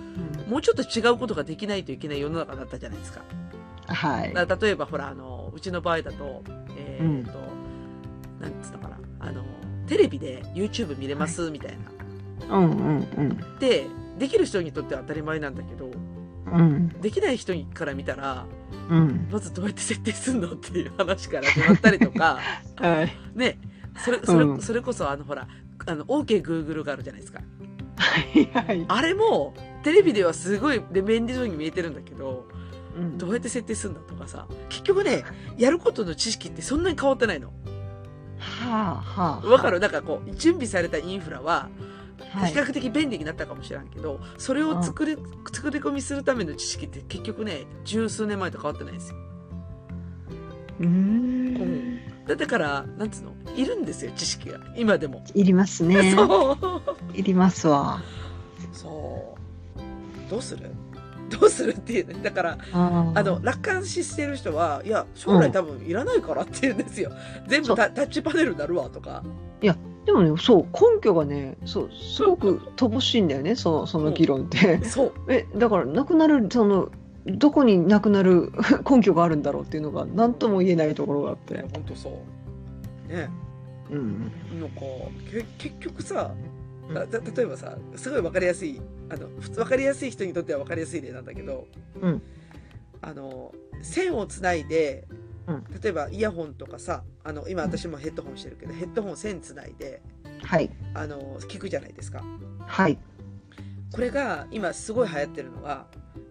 もうちょっと違うことができないといけない世の中だったじゃないですか。はい。だから例えばほらあのうちの場合だとえーっと、なんつったかなあのテレビで YouTube 見れます、みたいな。うんうんうん。でできる人にとっては当たり前なんだけどうんできない人から見たらうん。まずどうやって設定するのっていう話から始まったりとかはい。ねそれそれ,、うんそれこそあのほらあの OKGoogle があるじゃないですか。はい はい。あれもテレビではすごいで便利そうに見えてるんだけどうんどうやって設定するんだとかさ結局ねやることの知識ってそんなに変わってないの。はあはあ。わかるなんかこう、準備されたインフラは、はい比較的便利になったかもしれんけど、それを作り、作り込みするための知識って結局ね、十数年前と変わってないんですよ。うーん。だだから、なんつうの、いるんですよ、知識が。今でも。いりますね。 そう。いりますわ。そう。どうするどうするっていうね。だから、あーあの、楽観視してる人は、いや、将来多分いらないからって言うんですよ。全部タタッチパネルになるわとか。でもね、そう根拠がね、そうすごく乏しいんだよね。そのその議論って。そう。 えだからなくなるそのどこになくなる 根拠があるんだろうっていうのが何とも言えないところがあっいやて。ほんとそう。ね。うん。なんかけ結局さたた例えばさすごい分かりやすいあの普通分かりやすい人にとっては分かりやすい例なんだけど、うんあの線をつないで、うん例えばイヤホンとかさあの今私もヘッドホンしてるけどヘッドホン線つないではいあの聞くじゃないですかはい。これが今すごい流行ってるのが、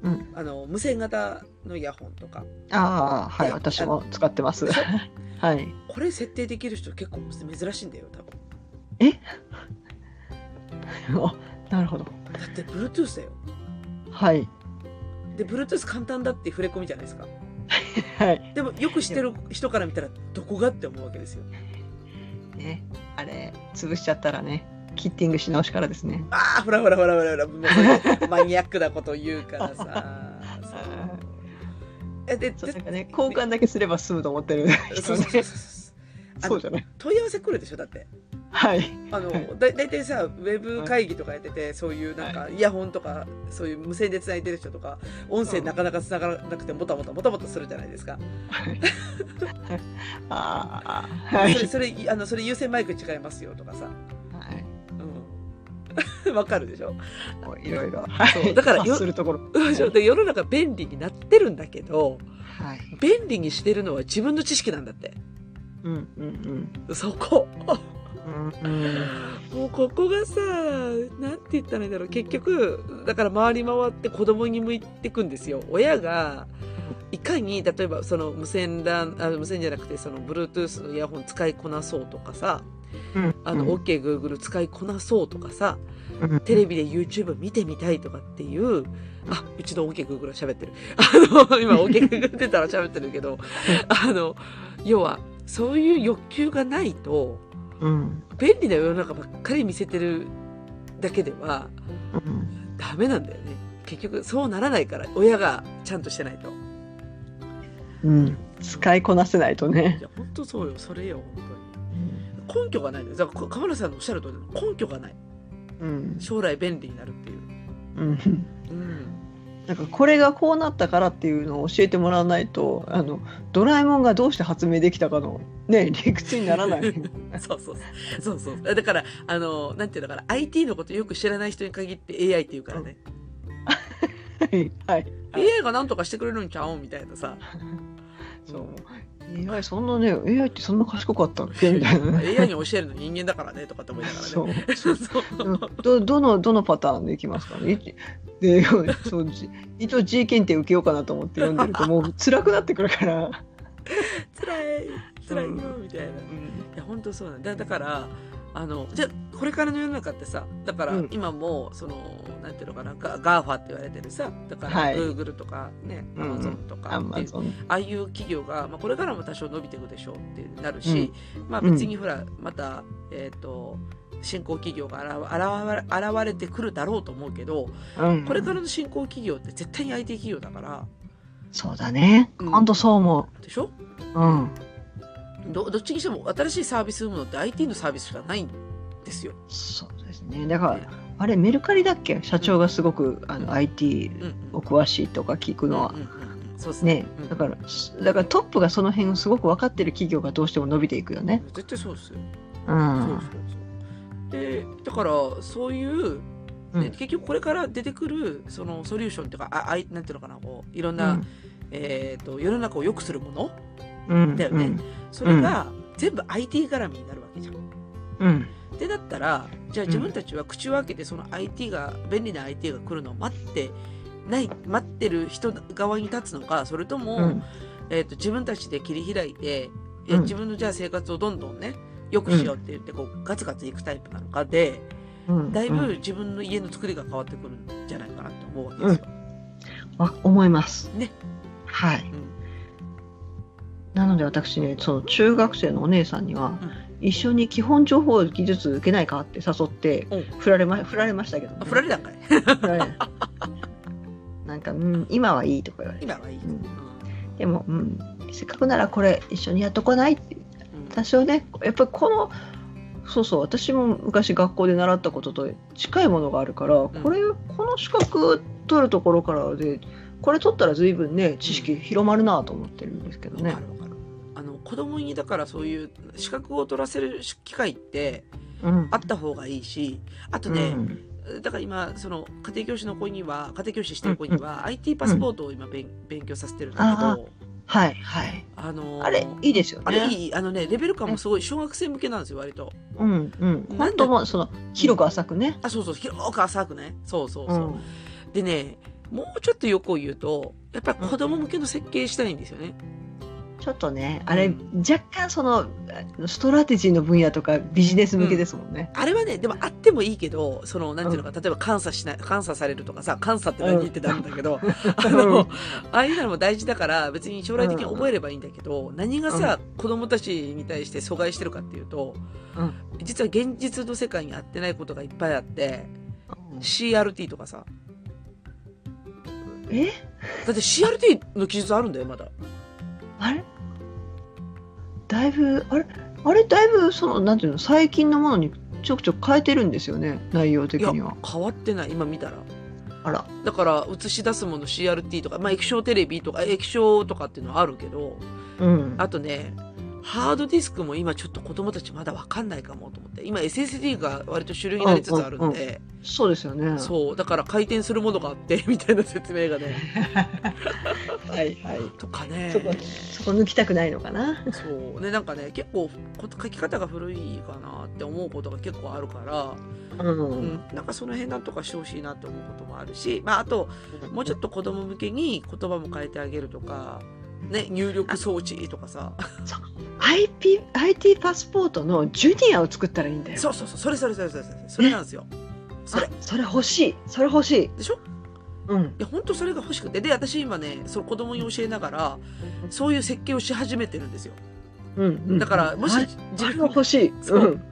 うんあの無線型のイヤホンとかああはいで私も使ってます。でしょ はい。これ設定できる人結構珍しいんだよ多分あなるほど。だって Bluetooth だよはいで Bluetooth 簡単だって触れ込みじゃないですかはい。でもよく知ってる人から見たらどこがって思うわけですよ。ねあれ潰しちゃったらねキッティングし直しからですね。ああほらほらほらほらほらもうそういうマニアックなことを言うからさ。そうえでそうでなんかね交換だけすれば済むと思ってるそ人うねそうそうそうあの そうじゃない。問い合わせ来るでしょだって はいあのはいだ大体さウェブ会議とかやっててそういうなんかイヤホンとかそういう無線でつないでる人とか音声なかなかつながらなくてもたもたもたもたするじゃないですかああはそいれそれあのそれ有線マイク違いますよとかさ、はいうん、 わかるでしょもういろいろはそういだからよ察するところうんそうで世の中便利になってるんだけどはい便利にしてるのは自分の知識なんだってうんうんそこうんうんもうここがさなんて言ったらいいんだろう結局だから回り回って子供に向いてくんですよ親がいかに例えばその無線 LAN あ無線じゃなくてその Bluetooth のイヤホン使いこなそうとかさうんあの OKGoogle 使いこなそうとかさうんテレビで YouTube 見てみたいとかっていう、あ、う ちの OK Google は喋ってる。あの、今 OK Google 出たら喋ってるけど、あの、要はそういう欲求がないとうん便利な世の中ばっかり見せてるだけではうんダメなんだよね結局そうならないから親がちゃんとしてないとうん使いこなせないといね、や本当そうよそれよ本当に根拠がないのよだからこ河村さんのおっしゃる通りなの根拠がないうん将来便利になるっていううん、うんなんかこれがこうなったからっていうのを教えてもらわないとあのドラえもんがどうして発明できたかの、ね、理屈に ならないそうそうそうそうそうだからあのなんていうのかな IT のことよく知らない人に限って AI って言うからね、はい AI が何とかしてくれるんちゃうんみたいな さそう AI そんなね AI ってそんな賢かったっけみたいなね AI に教えるの人間だからねとかって思いながらねそうそうそううんどどのどのパターンでいきますかねい でそうじ一応 G 検定受けようかなと思って読んでる ともう辛くなってくるから、辛い辛いようみたいな、いや本当そうなんだだからあのじゃあこれからの世の中ってさだからうん今もその、なんていうのかなガガーファって言われてるさだから、はいグーグルとかねアうんマゾンとかアってマいうゾンああいう企業が、まあ、これからも多少伸びていくでしょうってなるし、まあ別にほらまたえっ、と新興企業が現現れ現れてくるだろうと思うけどこれからの新興企業って絶対に IT 企業だからそうだねうん本当そう思でしょううんどどっちにしても新しいサービス生むのって IT のサービスしかないんですよ。そうですねだからあれメルカリだっけ社長がすごく、あの IT うんうんお詳しいとか聞くのはうん、うんうんそうですねねうんだからだからトップがその辺をすごく分かってる企業がどうしても伸びていくよね。絶対そうですよ。うそうんそうそうでだからそういう、うんね結局これから出てくるそのソリューションっていうかああいなんていうのかなこういろんうな、んえー、と世の中を良くするものうんだよねそれが全部 IT 絡みになるわけじゃん。うんってなったらじゃあうん自分たちは口を開けてその IT が便利な IT が来るのを待ってない待ってる人側に立つのかそれとも、うんえー、と自分たちで切り開いて、えうん自分のじゃあ生活をどんどんね良くしようって言ってこうガツガツいくタイプなのかでうんだいうんぶ自分の家の作りが変わってくるんじゃないかなって思うわけですよ。わ思います。ねはい、んなので私ねその中学生のお姉さんには、うん一緒に基本情報技術受けないかって誘ってうん振られま振られましたけど、ねあ、振られたんかい振られない なんか、うん、今はいいとか言われて今はいい、うんでも、うん、せっかくならこれ一緒にやっとこないってうん多少ねやっぱりこのそうそう私も昔学校で習ったことと近いものがあるから、これこの資格取るところからでこれ取ったら随分ね知識広まるなと思ってるんですけどわねか。るわかる。あの子供にだからそういう資格を取らせる機会ってうんあった方がいいしあとうんね、だから今その家庭教師の子には家庭教師してる子には、IT パスポートを今勉勉強させてるんだけどはいはい。あのーあれいいですよね。あれいいあのねレベル感もすごい小学生向けなんですよ割とうんうん。な本んだ当もうその広く浅くね。あそうそう広く浅くねそうそううそう、んでねもうちょっとよく言うとやっぱり子供向けの設計したいんですよね、ちょっとねあれ、うん若干そのストラテジーの分野とかビジネス向けですもんね。あれはねでもあってもいいけどそのなんていうのか、例えば監査しない監査されるとかさ監査って何言ってたんだけど、あうのんああいうのも大事だから別に将来的に覚えればいいんだけど、何がさ、子供たちに対して阻害してるかっていうと、うん実は現実の世界に合ってないことがいっぱいあってうん CRT とかさえだって CRT の記述あるんだよまだあれだいぶあれあれだいぶそのなんていうの最近のものにちょくちょく変えてるんですよね内容的いやに変はわってない今見たらあらだから映し出すもの CRT とか、まあ、液晶テレビとか液晶とかっていうのはあるけどうんあとねハードディスクも今ちょっと子供たちまだわかんないかもと思って今 SSD が割と主流になりつつあるんで、そうですよねそうだから回転するものがあってみたいな説明がね はいはいとかねそこそこ抜きたくないのかなそうねなんかね結構こ書き方が古いかなって思うことが結構あるから、うん、うん、なんかその辺なんとかしてほしいなって思うこともあるし、まあ、あともうちょっと子供向けに言葉も変えてあげるとか、ね、入力装置とか さ IP IT パスポートのジュニアを作ったらいいんだよそうそうそうそれそれそれそれそれそれなん ですよ。それあそれ欲しいそれ欲しいでしょうんいや本当それが欲しくてで私今ねそう子供に教えながらそういう設計をし始めてるんですよ。うんうんだからもしあれ自あれ分は欲しい。。そうんだか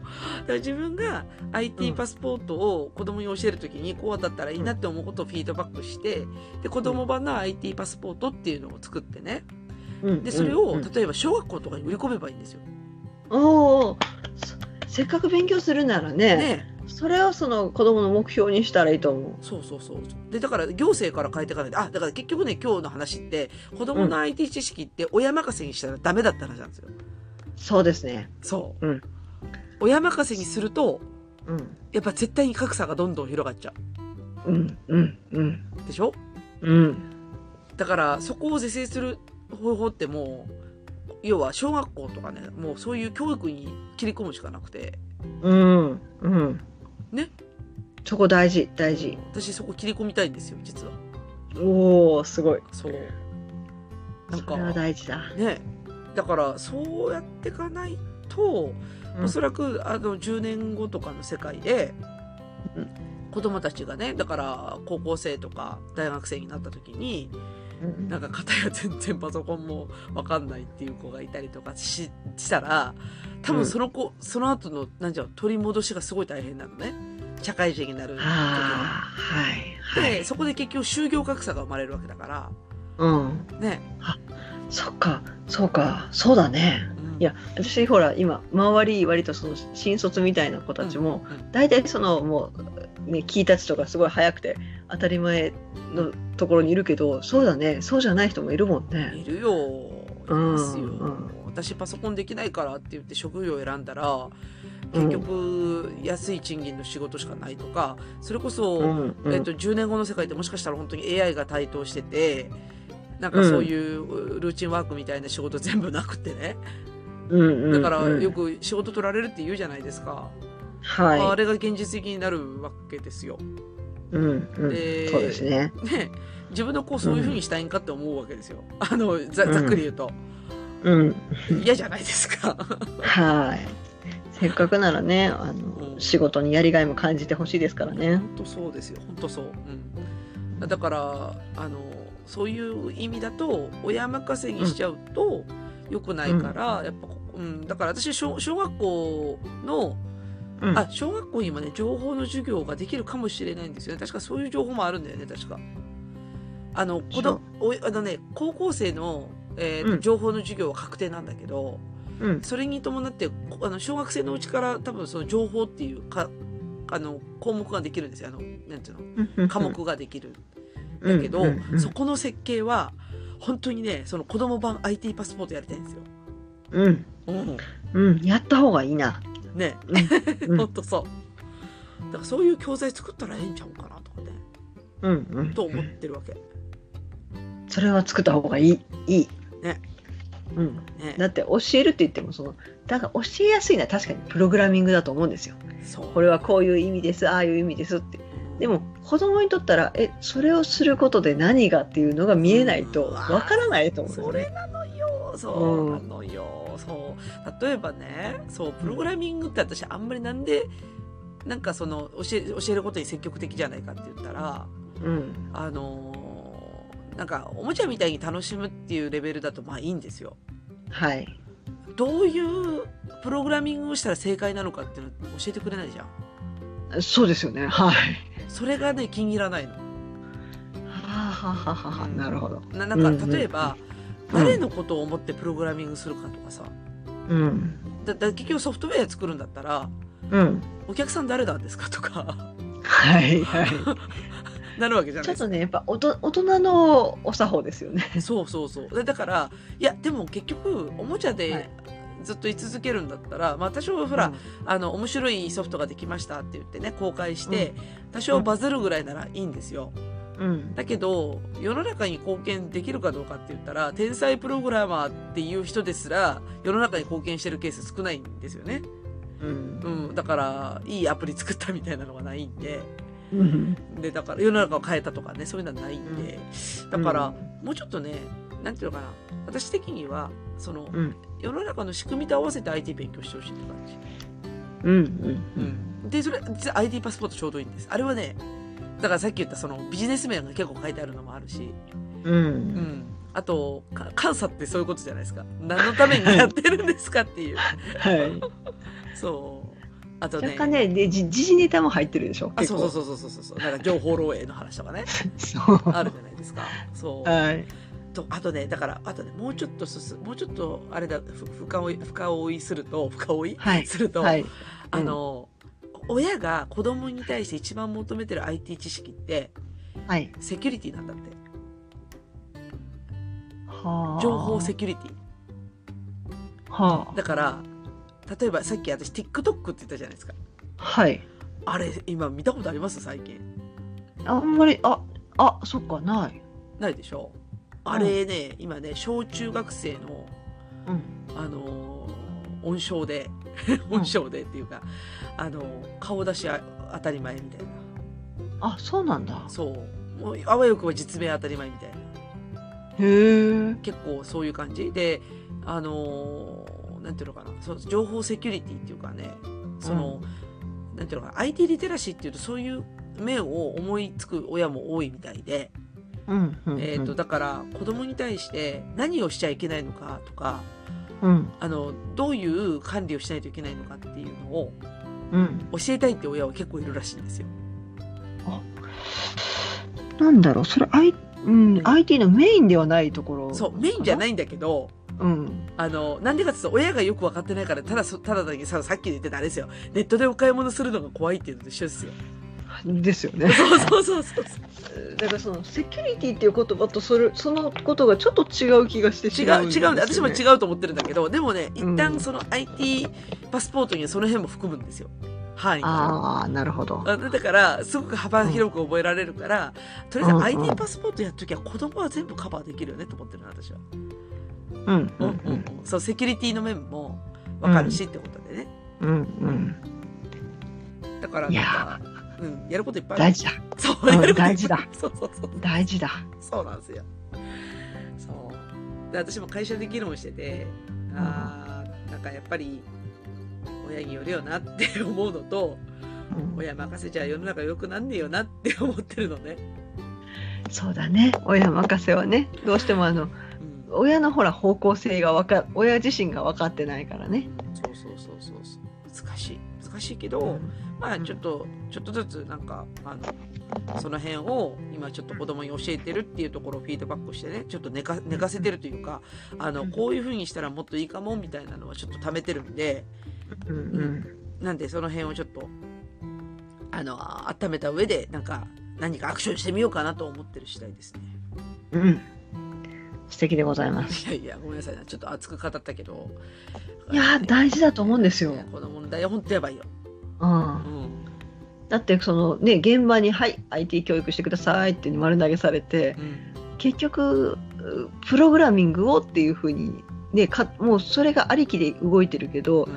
ら自分が IT パスポートを子供に教えるときにこうだったらいいなって思うことをフィードバックしてで子供版の IT パスポートっていうのを作ってねうんでそれをうん例えば小学校とかに売り込めばいいんですよ。おーそせっかく勉強するならねねそれをその子供の目標にしたらいいと思そうそうそうそう。でだから行政から変えていかないとあだから結局ね今日の話って子供の IT 知識って親任せにしたらダメだった話なんですよ。うそうですねそう。うん親任せにするとうんやっぱ絶対に格差がどんどん広がっちゃうんうんうんうでしょうんだからそこを是正する方法ってもう要は小学校とかねもうそういう教育に切り込むしかなくてうんうんねそこ大事大事私そこ切り込みたいんですよ実はおおすごいそうなんそれはか大事だ、ねだからそうやっていかないと、おそらくあの10年後とかの世界でうん子供たちがねだから高校生とか大学生になった時にうんなんか片や全然パソコンもわかんないっていう子がいたりとかししたら多分その子、その後のなんじゃろう取り戻しがすごい大変なのね社会人になる時あにあはいはでいそこで結局就業格差が生まれるわけだかうんらね、そっかそうかそうだねうんいや私ほら今周り割とその新卒みたいな子たちも、うんうん大体そのもう、ね、聞いたちとかすごい早くて当たり前のところにいるけどそうだねそうじゃない人もいるもんね。いるよいますよ、うんうん私パソコンできないからって言って職業を選んだら結局安い賃金の仕事しかないとかそれこそ、うんうんえっと、10年後の世界ってもしかしたら本当に AI が台頭しててなんかそういうルーチンワークみたいな仕事全部なくってねうんうんだからうんよく仕事取られるって言うじゃないですか、あはれが現実的になるわけですよ。い、うんうん、でそうですね。ね自分の子をそういうふうにしたいんかって思うわけですよ。あのざざっくり言うとうん、嫌じゃないですか。はい。せっかくならね、あうんの仕事にやりがいも感じてほしいですからね。本当そうですよ本当そう、うん、だからあのそういう意味だと親任せにしちゃうと良くないから、やっぱここ、うん、だから私小小学校の、うん、あ小学校にもね情報の授業ができるかもしれないんですよね確かそういう情報もあるんだよね確かあの子供おあのね高校生の、えーうん情報の授業は確定なんだけどうん、それに伴ってこあの小学生のうちから多分その情報っていうかあの項目ができるんですよあのなんていうの科目ができるんだけど、うんうんうんそこの設計は本当にねその子供版 IT パスポートやりたいんですよ。うん、うん、やった方がいいな。ね、う ん本当そう。だからそういう教材作ったらええんちゃうかなとかねうん、うん、と思ってるわけ。それは作った方がいい。いい。ね。うん。ね、だって教えるって言ってもそのだから教えやすいのは確かにプログラミングだと思うんですよ。そうこれはこういう意味ですああいう意味ですって。でも子供にとったらえそれをすることで何がっていうのが見えないとわからないと思うんですそよれね。なのよそううんなのよ、そう例えばねそうプログラミングって私あんまりなんでなんかその教え教えることに積極的じゃないかって言ったらうんあのーなんかおもちゃみたいに楽しむっていうレベルだとまあいいんですよ。はい。どういうプログラミングをしたら正解なのかっていうの教えてくれないじゃん。そうですよね。はい。それがね気に入らないの。はあはあはあはあなるほど。ななんうんかうん例えば、うん誰のことを思ってプログラミングするかとかさうんだだ結局ソフトウェア作るんだったらうんお客さん誰なんですかとか はいはい。なるわけじゃないでちょっすかとねやっぱおと大人のお作法ですよね。そうそうそうでだからいやでも結局おもちゃはでいずっと居続けるんだったら、まあ多少ほら、あの面白いソフトができましたって言ってね公開して、多少バズるぐらいならいいんですようん。だけど世の中に貢献できるかどうかって言ったら天才プログラマーっていう人ですら世の中に貢献してるケース少ないんですよね、うんうん、だからいいアプリ作ったみたいなのがないんでうん。でだから世の中を変えたとかねそういうのはないんで、だから、もうちょっとねなんていうのかな私的にはその、うん世の中の仕組みと合わせて IT 勉強してほしいって感じ。うんうんうん。でそれ実は ID パスポートちょうどいいんですあれはねだからさっき言ったそのビジネス面が結構書いてあるのもあるし、うんうん、あとか監査ってそういうことじゃないですか何のためにやってるんですかって いうはい。そうあと若ね干ね、でじ時事ネタも入ってるでしょ。あそううそうそうそうそうそうなんか情報漏洩の話とかねそう。あるじゃないですか そうはい。とあとねだからあとねもうちょっとすすもうちょっとあれだふ深追い深追いすると深追い、はいすると、はい。あの、親が子供に対して一番求めてる IT 知識ってはい。セキュリティなんだってはあ情報セキュリティはだから例えばさっき私 TikTok って言ったじゃないですかあ。はい。あれ今見たことあります最近あんまり、あ、あ、そっか、ない。ないでしょあれね、今ね小中学生のうん。あのー音章で 音章でっていうか、あのー顔出しあ当たり前みたいあ、そうなんだな。そうもうあわよくば実名当たり前みたいなへえ。結構そういう感じであのーなんていうのかなその情報セキュリティっていうかねその、なんていうのかな IT リテラシーっていうとそういう面を思いつく親も多いみたいで、うん。うんえー、と、だから子供に対して何をしちゃいけないのかとかうん。あのどういう管理をしないといけないのかっていうのをうん。教えたいって親は結構いるらしいんですよ。なんだろう、それ、I、うん、IT のメインではないところ。。そうメインじゃないいんだけどうん。あのなんでかって言うと親がよく分かってないからただそただだけささっき言ってたあれですよネットでお買い物するのが怖いっていうのと一 緒ですよ。ですよね。そうそうそうそうだからそのセキュリティっていう言葉とそれそのことがちょっと違う気がして違う違うんで私も違うと思ってるんだけどでもね一旦その IT パスポートにはその辺も含むんですよ範囲が。ああなるほどあだからすごく幅広く覚えられるから、とりあえずうんうん IT パスポートやっときは子供は全部カバーできるよねと思ってるの私は。うんううんんうんうん、そうセキュリティの面もわかるしってことでね。うんうんだからいなんやか、うん、やることいっぱいあ大る。事だそうう、んやることいっぱい大事だ。そうそうそう。大事だそうなんですよ。そう。で私も会社で議論してて、あーなんかやっぱり、親によるよなって思うのと、うん親任せちゃ世の中良くなんねえよなって思ってるのね。そうだね親任せはねどうしてもあのうん。親のほら方向性がわか親自身が分かってないからねそうそうそうそうそう。難しい。難しいけど、まあちょっと、ちょっとずつなんか、あの、その辺を今ちょっと子供に教えてるっていうところをフィードバックしてね、ちょっと寝か寝かせてるというか、あの、こういう風にしたらもっといいかもみたいなのはちょっと貯めてるんで、うんうんなんでその辺をちょっとあの温めた上でなんか何かアクションしてみようかなと思ってる次第 ですね。うん素敵でございますいやいやごめんなさいなちょっと熱く語ったけど。いやー大事だと思うんですよいやこの問題は本当やばいよ。うんうん。だってそのね現場に「はい IT 教育してください」って丸投げされてうん。結局うプログラミングをっていうふうに、ね、かもうそれがありきで動いてるけど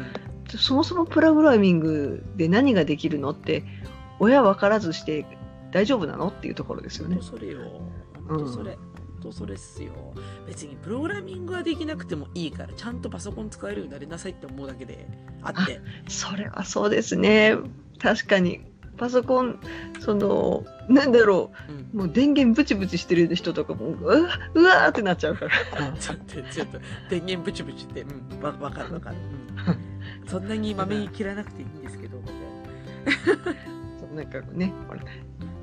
そもそもプログラミングで何ができるのって親分からずして大丈夫なのっていうところですよ本ね当。それよ。本当それ。本当それっすよ。別にプログラミングはできなくてもいいからちゃんとパソコン使えるようになりなさいって思うだけであって。それはそうですね確かにパソコンそのなんだろうんう。もう電源ブチブチしてる人とかもうわうわーってなっちゃうから。ちょっとちょっと電源ブチブチって、うん、わわかるわかる、うんそんなにまめに切らなくていいんですけどみたいなそうなんかねほら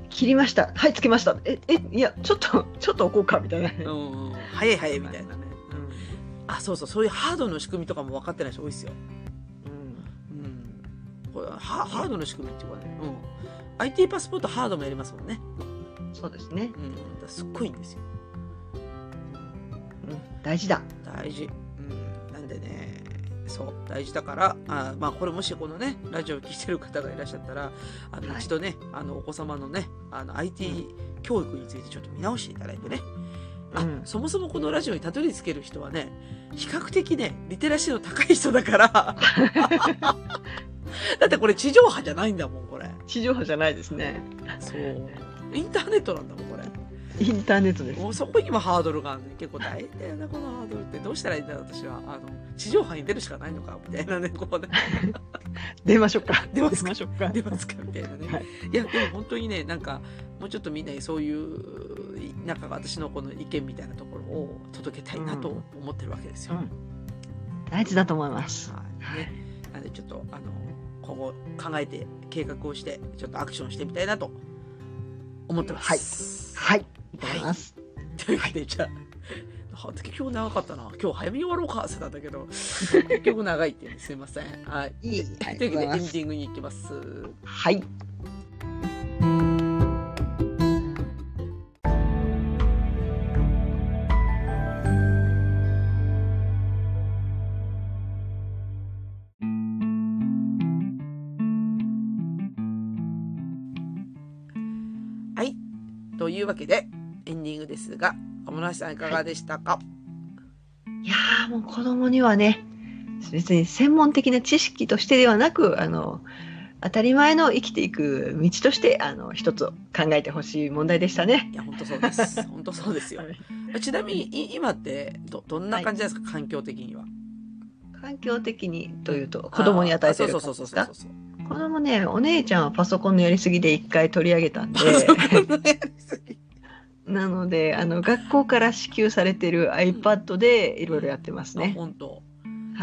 切りましたはいつけましたええいやちょっとちょっと置こうかみたいな、ねうんうん、早い早いみたいなね、うんあそうそうそういうハードの仕組みとかも分かってない人多いですよ、うん、これはハハードの仕組みっていうかね、うん、IT パスポートハードもやりますもんね、そうですね、うん、だからすっごいんですようん、大事だ大事、うん、なんでねそう大事だからあまあこれもしこのねラジオを聴いてる方がいらっしゃったらあのはい一度ね、あのお子様のねあの IT 教育についてちょっと見直していただいてね、あうんそもそもこのラジオにたどり着ける人はね比較的ねリテラシーの高い人だから だってこれ地上波じゃないんだもんこれ地上波じゃないですねそうインターネットなんだもんこれインターネットですもうそこにもハードルがあるね結構大変だよなこのハードルってどうしたらいいんだろう私はあの地上波に出るしかないのかみたいなねこうね出ましょうか出ますかしょうか出ますかみたいなね、はいい、やでも本当にねなんかもうちょっとみんなにそういうなんか私のこの意見みたいなところを届けたいなと思ってるわけですよ、うん大事だと思いますはいね、なのでちょっとあの今後考えて計画をしてちょっとアクションしてみたいなと思ってます。はいは思いいますというわけでじゃあ。はて今日長かったな今日早めに終わろうかってたんだけ ど結局長いっていうねすいませんはいいいありとがいうとうわけでエございまンデすィングに行きますはいはいというわけでエンディングですが浜梨さんいかがでしたか、いやーもう子供にはね別に専門的な知識としてではなくあの当たり前の生きていく道としてあの一つ考えてほしい問題でしたねい、。や本当そうです 本当そうですよちなみにい今ってどどんな感じなんですか、環境的には環境的にというと子供に与えてるあ感そうじそうですそうかそうそう子供ねお姉ちゃんはパソコンのやりすぎで一回取り上げ たんでなのであの学校から支給されてる iPad でいろいろやってますね、ね。本当。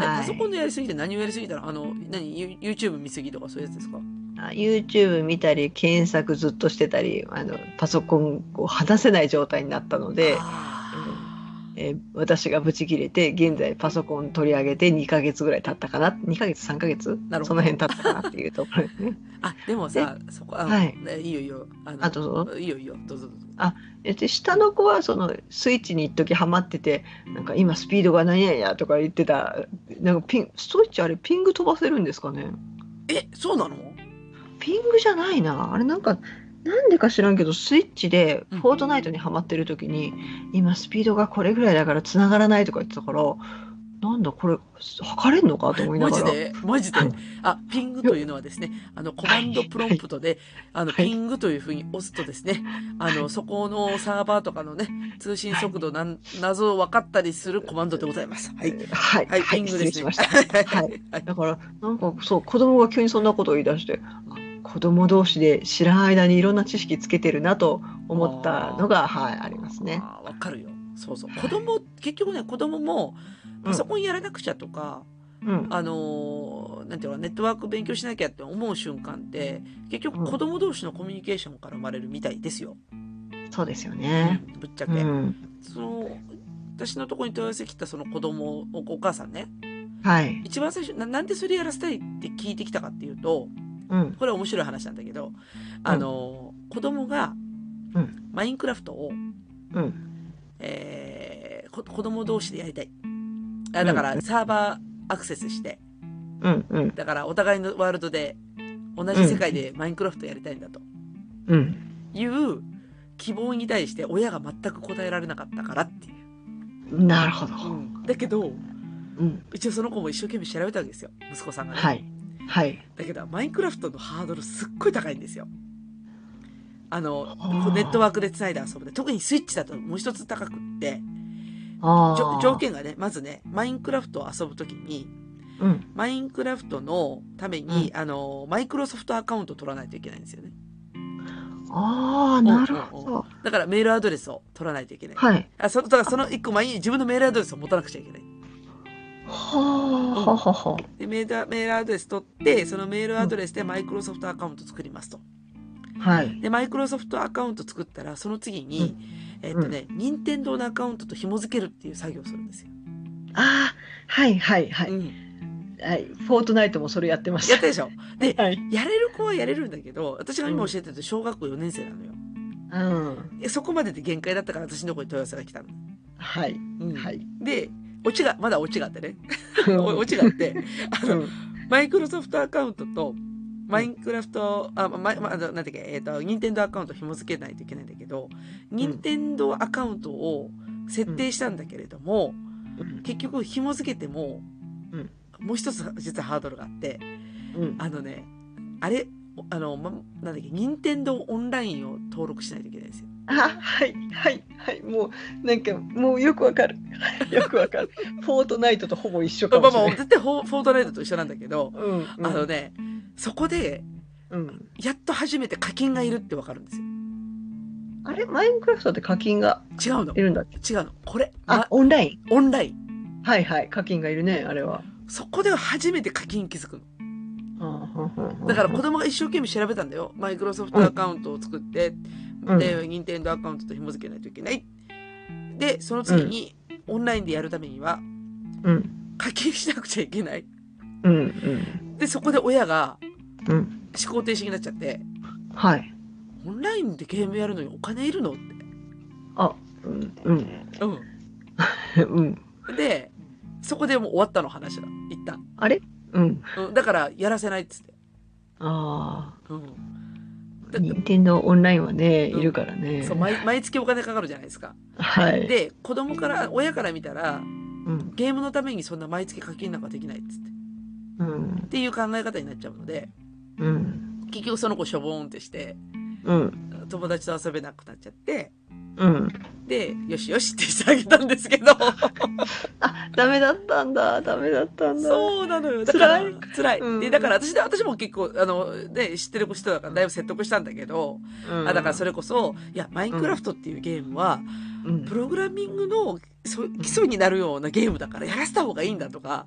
えはパソコンい、のやりすぎって何をやりすぎたのあの、何、ユ YouTube 見すぎとかそういうやつですかあ YouTube 見たり検索ずっとしてたりあのパソコンを離せない状態になったので。あえー私がブチ切れて現在パソコン取り上げて2ヶ月ぐらい経ったかな2ヶ月3ヶ月なるほどその辺経ったかなっていうところですね。ーあ、でもさ、そこ、あはいねいいよいいよ。あのあどうぞいいよいいよ、どうぞどうぞ。で下の子はそのスイッチに一時ハマっててなんか今スピードが何ややとか言ってたなんかピンスイッチあれピング飛ばせるんですかねえ、そうなのピングじゃないなあれなんかなんでか知らんけどスイッチでうんフォートナイトにハマってる時に今スピードがこれぐらいだから繋がらないとか言ってたからなんだこれ測れんのかと思いなマがジら。でマジであ、ピングというのはですね、あの、コマンドプロンプトで、あの、はいピングというふうに押すとですね、あの、そこのサーバーとかのね、通信速度なん、謎を分かったりするコマンドでございます。はい。はい、はい、はピい、ング失で礼すしね。ました。 は。はいはい。だからなんかそう子供が急にそんなことを言い出してあ子供同士で知らん間にいろんな知識つけてるなと思ったのがはいありますね。あーわかるよ。そうそう。子供、結局ね、子供も、パソコンやらなくちゃとか、うん、あのーなんていうのかなネットワーク勉強しなきゃって思う瞬間って、結局子供同士のコミュニケーションから生まれるみたいですよ。そうですよね。ぶっちゃうけ。ん、その、私のところに問い合わせきたその子供、おお母さんね、はい、一番最初な、なんでそれやらせたいって聞いてきたかっていうと、うん、これは面白い話なんだけど、あのー子供がうん、マインクラフトを、うん、えーこ子供同士でやりたい。あだから、サーバーアクセスして、うん、うん、だからお互いのワールドで、同じ世界でマインクラフトやりたいんだとうん。いう希望に対して親が全く答えられなかったからっていう。なるほど。だけど、うん、うちはその子も一生懸命調べたわけですよ、息子さんが、ねはい、はい、だけど、マインクラフトのハードルすっごい高いんですよ。あの、あーネットワークで繋いで遊ぶで、特にスイッチだともう一つ高くって、あじょあ、条件がね、まずね、マインクラフトを遊ぶときに、うん、マインクラフトのために、あの、マイクロソフトアカウントを取らないといけないんですよね。ああ、なるほど。だからメールアドレスを取らないといけない。はい、あそのだからその一個前に自分のメールアドレスを持たなくちゃいけない。はあ、ははは。でメールアメールアドレス取って、そのメールアドレスでマイクロソフトアカウント作りますと。はい、で、マイクロソフトアカウント作ったら、その次に、えっとね、任天堂のアカウントと紐付けるっていう作業をするんですよ。ああ、はい、はい、はうい、ん、はい、フォートナイトもそれやってましやっ。たたでしょで、はい、やれる子はやれるんだけど、私が今教えてると小学校4年生なのよ。うん。でそこまでで限界だったから私のとこに問い合わせが来たの。はい。うんはい。で、オチが、まだオチがあってね。おオチがあって、あの、うんマイクロソフトアカウントと、マインクラフト、あ、ま、ま、あのなんだっけ、えっ、と、任天堂アカウント紐付けないといけないんだけど、任天堂アカウントを設定したんだけれども、結局紐付けても、うんもう一つ実はハードルがあって、うんあのね、あれ、あの、ま、なんだっけ、任天堂オンラインを登録しないといけないんですよ。あはいはいはいもうなんかもうよくわかる よくわかるフォートナイトとほぼ一緒かまあもしれまあ、ない、絶対フォーフォートナイトと一緒なんだけど、うんうんあのね、そこで、うん、やっと初めて課金がいるってわかるんですあれマインクラフトって課金がよ。違うの。いるんだっけ違うの。これ、あま、オンラインオンライン。はいはい課金がいるねあれはそこでは初めて課金気づくの。だだから子供が一生懸命調べたんだよ。マイクロソフトアカウントを作って、うんで、任天堂アカウントと紐付けないといけない。で、その次に、オンラインでやるためには、うん課金しなくちゃいけない。うんうんで、そこで親が、うん思考停止になっちゃって、はいオンラインでゲームやるのにお金いるのっあうんうんて。ううんん。で、そこでもう終わったの話だ。一旦。あれうんうん。だから、やらせないっつって。あうん。あ任天堂オンラインはねうんいるからねそう、毎毎月お金かかるじゃないですか。はいで、子供から、親から見たら、うんゲームのためにそんな毎月課金なんかできないっつって。うんっていう考え方になっちゃうので、うん結局その子しょぼーんってして、うん友達と遊べなくなっちゃって、うんで、よしよしってしてあげたんですけ ど、あダメだったんだダメだったんだそうなのよ。だから、辛辛いい。うんで、だから私で、私も結構、あの、ね、知ってる人だからだいぶ説得したんだけど、うんあだからそれこそ、いや、マインクラフトっていうゲームは、うんプログラミングのそ基礎になるようなゲームだからやらせた方がいいんだとか、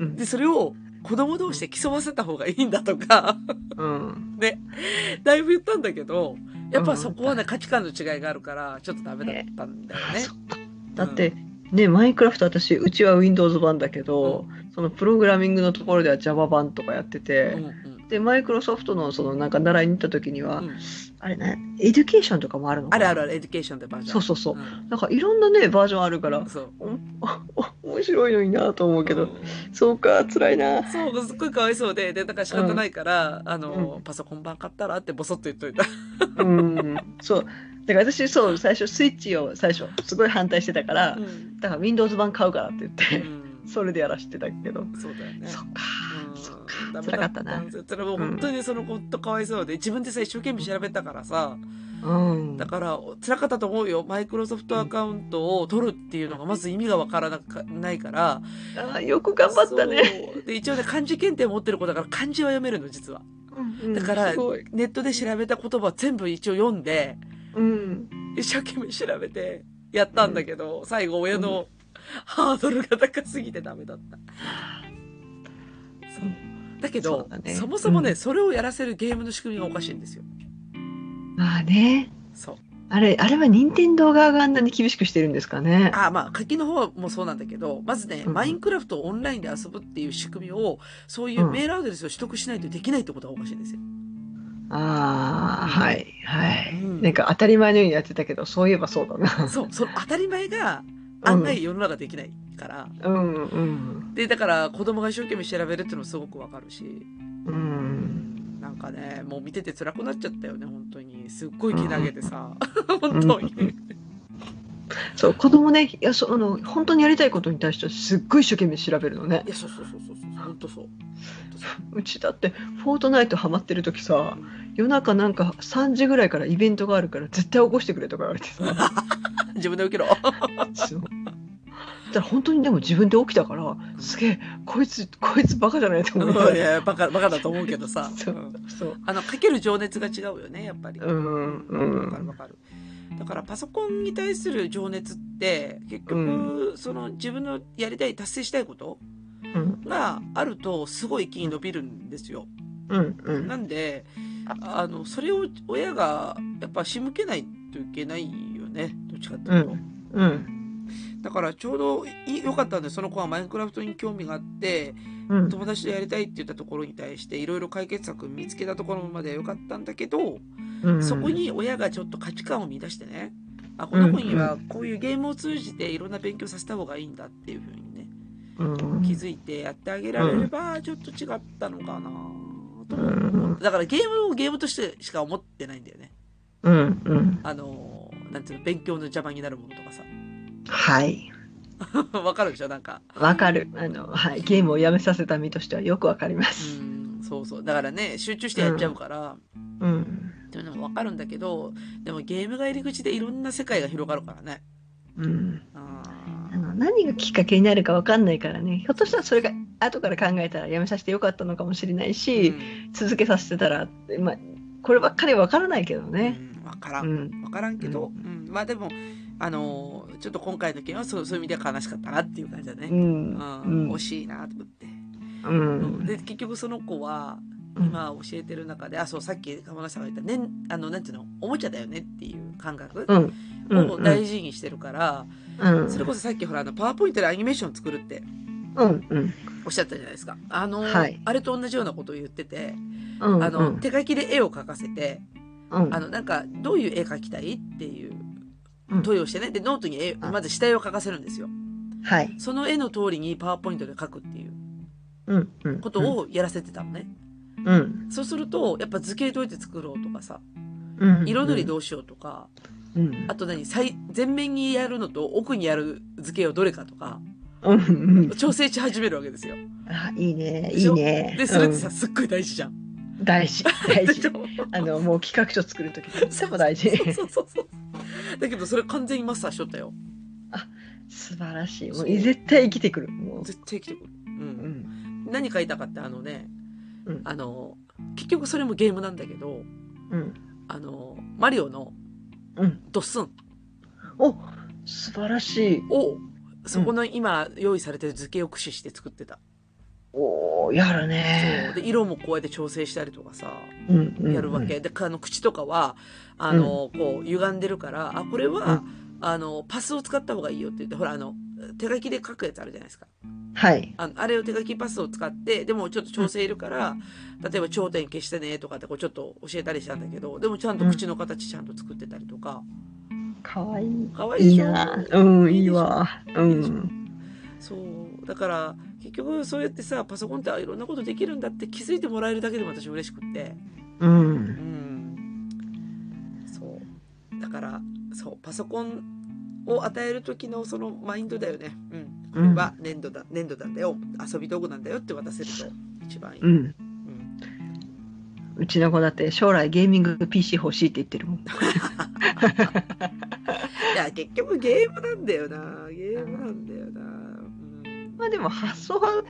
うんで、それを子供同士で競わせた方がいいんだと か、うんだいぶ言ったんだけど、やっぱそこはね、価値観の違いがあるから、ちょっとダメだったんだよあねそ。っかだってねマインクラフト私うちは Windows 版だけどそのプログラミングのところでは Java 版とかやってうんてでマイクロソフトのそのなんか習いに行った時には、うんうんあれね、エデュケーションとかもあるのあかるなあるある、エデュケーションでバージョン。そうそうそう。うなんかいろんなね、バージョンあるからん。、そう。お面白いのになと思うけど、うんそうか、辛い な。そう、すっごいかわいそうで、で、だから仕方ないから、あの、うパソコン版買ったらってボソッと言っといた。うん、そう。だから私、そう、最初、スイッチを最初、すごい反対してたから、ん。だから Windows 版買うからって言って、そそれでやらしてたけど、うだよ ね。そっか、そっうんか、ダメ辛かったな。だからもう本当にその子とかわいそうで、自分でさ、一生懸命調べたからさ、うんだ。から、辛かったと思うよ。マイクロソフトアカウントを取るっていうのが、まず意味がわからなかないから。あーよく頑張ったね。そう。で、一応ね、漢字検定持ってる子だから、漢字は読めるの、実は。うんだからすごい。ネットで調べた言葉全部一応読んで、うん。一生懸命調べてやったんだけど、最後親のハードルが高すぎてダメだった。そうだけそどうそだ,、ねもそもね、うんそれをやらせるゲームの仕組みがおかしいんですよ。まあね、そう。あれ、あれは任天堂側があんなに厳しくしてるんですかね。あまあ、課金の方もそうなんだけど、まずね、うんマインクラフトをオンラインで遊ぶっていう仕組みを、そういうメールアドレスを取得しないとできないってことがおかしいんですよ。ああ、はい、はい、うんなんか当たり前のようにやってたけど、そういえばそうだな。そう、その当たり前がうん案外世の中できないから。うん、うん、で、だから子供が一生懸命調べるっていうのもすごくわかるし。うん。なんかね、もう見てて辛くなっちゃったよね、本当に。すっごい気投げてさ、 本当に。そう、子供ね、いや、そあの、本当にやりたいことに対して、すっごい一生懸命調べるのねい。や、そうそうそうそうそう、本当そう。本当そうちだって、フォートナイトハマってる時さう、夜中なんか3時ぐらいからイベントがあるから、絶対起こしてくれとか言われて さ。う自分で受け ろ。そうそしたら本当にでも自分で起きたから、すげえ、こいつ、こいつバカじゃないと思っいて。や、バカ、バカだと思うけどさ。、そううんそう、あの、かける情熱が違うよね、やっぱり。うんうわんかるわかる。だから、パソコンに対する情熱って、結局、その、自分のやりたい、達成したいことうん、があると、すごい一気に伸びるんですよ。うん、うんな。んで、あの、それを親がやっぱ仕向けないといけないよね。どっちかっていうと。うん、だからちょうどいい良かったんで、その子はマインクラフトに興味があって、うん、友達とやりたいって言ったところに対して、いろいろ解決策見つけたところまでは良かったんだけど、うんそこに親がちょっと価値観を見出してね、あ、この子にはこういうゲームを通じていろんな勉強させた方がいいんだっていうふうにね、うん気づいてやってあげられれば、ちょっと違ったのかなと思ってだからゲームをゲームとしてしか思ってないんだよね。うんうんあのー、なんていうの、勉強の邪魔になるものとかさ。 はいわかるでしょなんか。わかるあの、はい、ゲームをやめさせた身としてはよくわかりますうん、そそうそう。だからね、集中してやっちゃうから、うんっていうのもわかるんだけど、でもゲームが入り口でいろんな世界が広がるからね。うん、ああの何がきっかけになるか分かんないからねひょっとしたらそれが後から考えたらやめさせてよかったのかもしれないーし、続けさせてたら、まあ、こればっかり分からないけどうんね。うんわから。うんんわからんけど、ううんまあでも、あのーちょっと今回の件はそうそういう意味では悲しかったなっていう感じだね。うんうん、惜しいなと思って、ううんんで結局その子はうん今教えてる中で、あそうさっき鴨田さんが言った、ね、あのなんていうのおもちゃだよねっていう感覚うんうんを大事にしてるから、うんそれこそさっきほらあのパワーポイントでアニメーション作るってうんうんおっしゃったじゃないですかあの、はいあれと同じようなことを言ってて、うんあのうん手書きで絵を描かせてうんあのなんかどういう絵描きたいっていううん問いをしてねでノートに絵まず下絵を描かせるんですよはいその絵の通りにパワーポイントで描くっていううんうんことをやらせてたのね、うんそうすると、やっぱ図形どうやって作ろうとかさ、うん彩りどうしようとか、うんあと何、最前面にやるのと奥にやる図形をどれかとか、うんうん調整し始めるわけですよ。あいいねでいしいょねで、それっうてんさ、すっごい大事じゃん。大事大でし事ょあのもう企画書作る時とっても大事そうそうそう。だけど、それ完全にマスターしとったよ。素晴らしいもそうう絶対生きてくるもう絶対生きてくる。う。うんん何書いたかって、あのねうん、あの、結局それもゲームなんだけど、うんあの、マリオのうんドッスンお素晴らしいを、そこの今用意されてる図形を駆使して作ってた。おーやるそうねで色もこうやって調整したりとかさうんうんやるわけ、であの口とかはあの、こう歪んでるからあこれは、あのパスを使った方がいいよって言ってほらあの手書きで書くやつあるじゃないですかはいあのあれを手書きパスを使ってでもちょっと調整いるから、例えば頂点消してねとかってこうちょっと教えたりしたんだけどでもちゃんとうん口の形ちゃんと作ってたりとか、かわいいかわいいいいでしょなうんいいでしょわういいでしょんそうだから結局そうやってさパソコンっていろんなことできるんだって気づいてもらえるだけでも私嬉しくって。うんうんそうだからそうパソコンを与える時のそのマインドだよね、うん、これは粘土だ粘土なんだよ遊び道具なんだよって渡せると一番いい、ううんんうちの子だって将来ゲーミング PC 欲しいって言ってるもん。いや結局ゲームなんだよなゲームなんだよな、うんまあでも発想は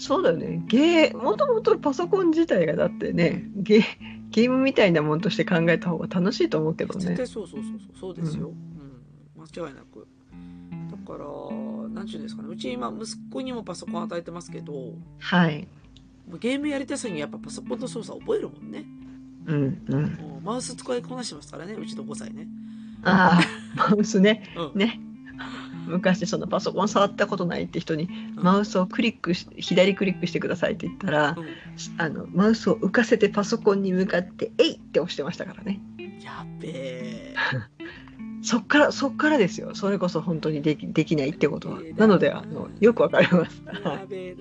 そうだよね。ゲーもともとパソコン自体がだってねゲーゲームみたいなもんとして考えた方が楽しいと思うけど絶ね。対そうそうそうそうそうですよ、うん間違いなくだから何て言うんですかねうち今息子にもパソコン与えてますけどもはい。うゲームやりたさにやっぱパソコンの操作覚えるもんねうんうん。もうマウス使いこなしてますからね、うちの5歳ね。ああマウスねうん。ね。昔そのパソコン触ったことないって人にうんマウスをクリックし左クリックしてくださいって言ったらうんあのマウスを浮かせてパソコンに向かって「えい!」って押してましたからね。やっべ え。そっから、そっからですよ。それこそ本当にでき、できないってことは。いいななので、あの、よくわかります。やべえ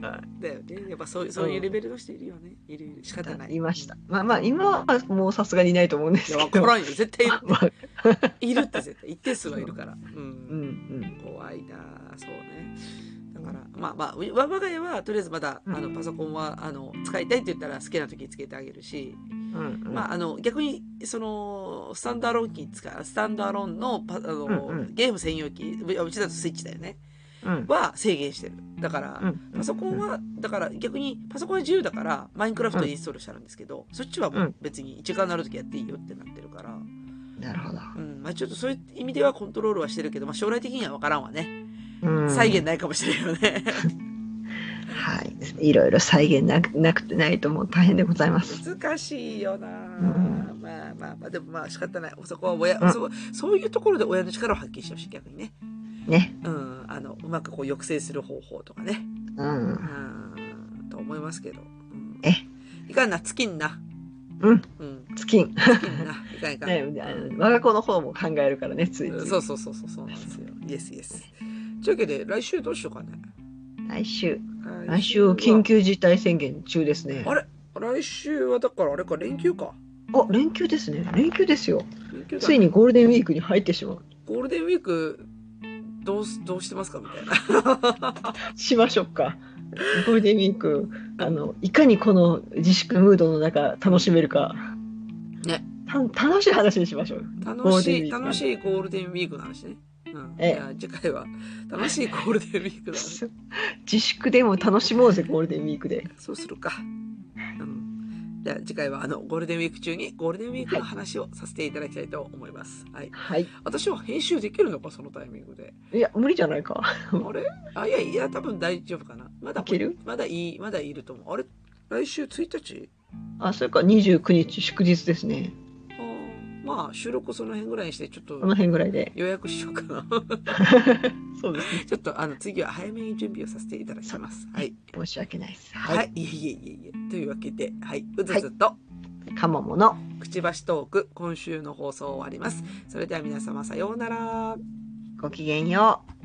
な。だよね。やっぱそうそういうレベルの人いるよね。いるいる。仕方ない。いました。。まあまあ、今はもうさすがにいないと思うんでいすや、わけかど。らんよ。絶対いる。 まあいるって絶対。一定数はいるから。う。うんん、怖いな。そうね。だから、まあまあ、う我が家はとりあえずまだ、うんあの、パソコンは、あの、使いたいって言ったら好きな時につけてあげるし、うん、うん、うん。まあ、あの逆にそのスタンドアローン機使うスタンドアローンのパあの、うんうんゲーム専用機ううちだとスイッチだよねうん、は制限してるだから、うん、パソコンはだから逆にパソコンは自由だからマインクラフトインストールしてあるんですけど、そっちはもう別に時間のある時やっていいよってなってるから、うなるほど。んまあ、ちょっとそういう意味ではコントロールはしてるけど、まあ、将来的には分からんわねうん再現。ないかもしれないよね、はい。いろいろ再現なく、なくてないともう大変でございます。難しいよな、んまあまあまあでもまあ仕方ないそこは親、うんそうそういうところで親の力を発揮してほしい逆にねね。うん、あのうまくこう抑制する方法とかね、う。うんん、と思いますけど、うんえいかんな尽きんなうん。うんつき尽ん。きんないかんいかん、ね、あの 我が子の方も考えるからね、ついつい。そうそうそうそうそうなんですよイエスイエスというわけで来週どうしようかね来週。来週、緊急急事態宣言中ですね。あれ来週はだからあれか連休かあ、連休ですね。連休ですよ。連休だついにゴールデンウィークに入ってしまう。ゴール デンウィークどうすどうしてますかみたいなしましょうか。ゴールデンウィークあのいかにこの自粛ムードの中楽しめるか、ねた楽しい話にしましょう 楽ゴールデンウしィい、ーク楽しいゴールデンウィークの話ね。うん。ええいや、次回は、楽しいゴールデンウィークの話。自粛でも楽しもうぜゴールデンウィークでそうするか。うん。じゃあ次回は、あの、ゴールデンウィーク中にゴールデンウィークの話をさせていただきたいと思います。はい。はい私は編集できるのか、そのタイミング で。いや無理じゃないかあれあ、いやいや、多分大丈夫かな。まだ、いけるまだいい、まだいると思う。あれ来週1日あそれから29日祝日ですねあーまあ、収録その辺ぐらいにして、ちょっこのと辺ぐらいで予約しようかな。 そうですねちょっと、あの、次は早めに準備をさせていただきます。はい。申し訳ないですはい、、はいえいえいえいえ。というわけで、はい、うずずと、いかもものくちばしトーク、今週の放送終わります。それでは皆様さようなら。ごきげんよう